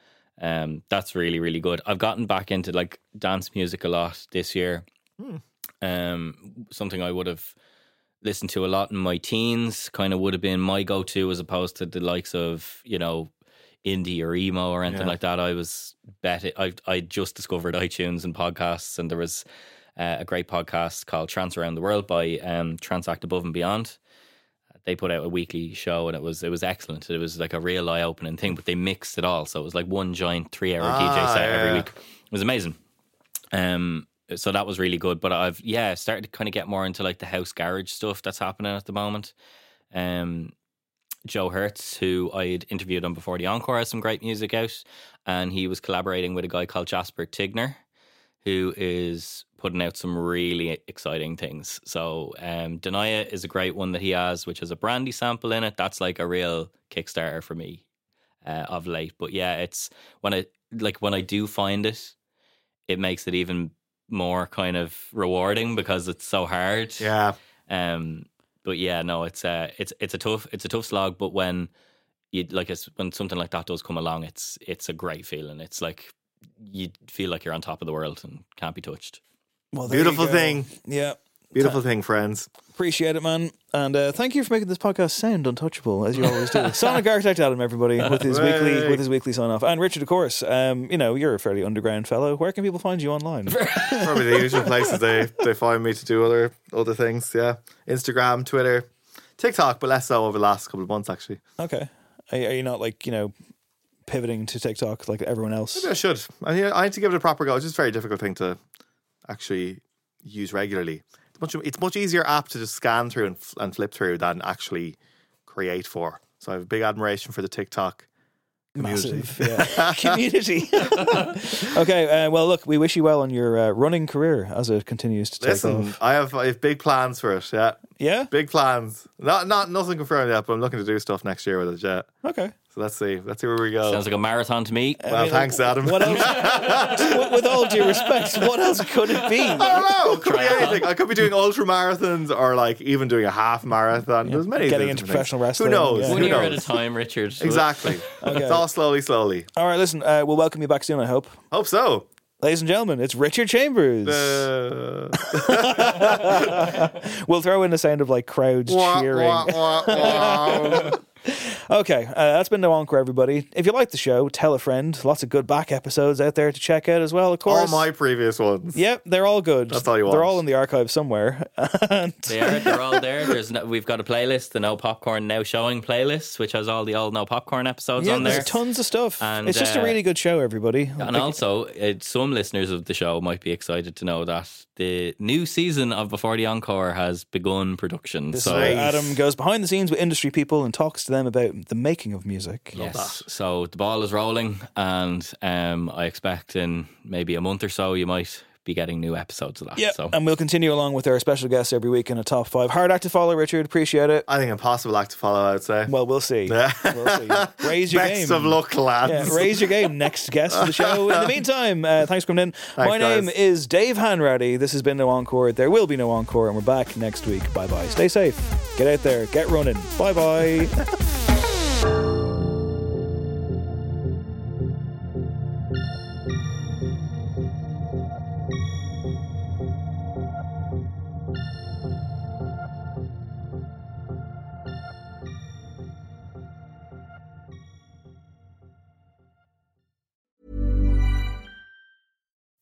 Um, that's really really good. I've gotten back into like dance music a lot this year. Um, something I would have listened to a lot in my teens. Kind of would have been my go to as opposed to the likes of you know indie or emo or anything Yeah. like that. I was bet I I just discovered iTunes and podcasts, and there was uh, a great podcast called Trans Around the World by um, Transact Above and Beyond. They put out a weekly show, and it was it was excellent. It was like a real eye opening thing, but they mixed it all, so it was like one giant three hour Ah, DJ set yeah. every week. It was amazing. Um, so that was really good. But I've yeah started to kind of get more into like the house garage stuff that's happening at the moment. Um, Joe Hertz, who I had interviewed on before the encore, has some great music out, and he was collaborating with a guy called Jasper Tigner, who is putting out some really exciting things. So, um, Denia is a great one that he has, which has a brandy sample in it. That's like a real Kickstarter for me uh, of late. But yeah, it's when I like when I do find it, it makes it even more kind of rewarding because it's so hard. Yeah. Um, but yeah, no, it's uh, it's it's a tough it's a tough slog. But when you like it's, when something like that does come along, it's it's a great feeling. It's like you feel like you're on top of the world and can't be touched. Well, there you Beautiful go. thing. Yeah. Beautiful thing, friends. Appreciate it, man. And uh, thank you for making this podcast sound untouchable, as you always do. Sonic Architect Adam, everybody, with his weekly Hey. with his weekly sign off. And Richard, of course, um, you know, you're a fairly underground fellow. Where can people find you online? Probably the usual places they, they find me to do other other things. Yeah. Instagram, Twitter, TikTok, but less so over the last couple of months, actually. okay. Are, are you not like, you know, pivoting to TikTok like everyone else? Maybe I should. I need, I need to give it a proper go. It's just a very difficult thing to actually use regularly. It's much it's much easier app to just scan through and, f- and flip through than actually create for. So I have a big admiration for the TikTok community. Massive, yeah. community. okay, uh, well, look, we wish you well on your uh, running career as it continues to take Listen, off. I have I have big plans for it. Yeah, Yeah. big plans. Not not nothing confirmed yet, but I'm looking to do stuff next year with it. Yeah. Okay. So let's see. Let's see where we go. Sounds like a marathon to me. well, thanks, Adam. What else? with, with all due respect, what else could it be? I don't know. It could be anything. I could be doing ultra marathons or like even doing a half marathon. There's many Getting different into things. professional wrestling, Who knows? yeah. Who One year at a knows? time, Richard. Exactly. It's all slowly, slowly. All right, listen, uh, we'll welcome you back soon, I hope. Hope so. Ladies and gentlemen, it's Richard Chambers. Uh, we'll throw in the sound of like crowds wah, cheering. wah, wah, wah. Okay, uh, that's been No Encore, everybody. If you like the show, tell a friend. Lots of good back episodes out there to check out as well, of all course. Oh my previous ones. Yep, they're all good. That's all you They're want. all in the archive somewhere. And They are. They're all there. There's no, we've got a playlist, the No Popcorn Now Showing playlist, which has all the old No Popcorn episodes yeah, on there. there's tons of stuff. And, it's just a uh, really good show, everybody. And also, uh, some listeners of the show might be excited to know that the new season of Before the Encore has begun production. This is so where Adam goes behind the scenes with industry people and talks to them about the making of music. Yes. So the ball is rolling, and um, I expect in maybe a month or so you might be getting new episodes of that. Yep. So And we'll continue along with our special guests every week in a top five. Hard act to follow, Richard. Appreciate it. I think impossible act to follow, I would say. Well, we'll see. We'll see. Raise your Best game. of luck, lads. Yeah, raise your game, next guest of the show. In the meantime, uh, thanks for coming in. Thanks, My guys. name is Dave Hanratty. This has been No Encore. There will be no encore, and we're back next week. Bye bye. Stay safe. Get out there. Get running. Bye bye.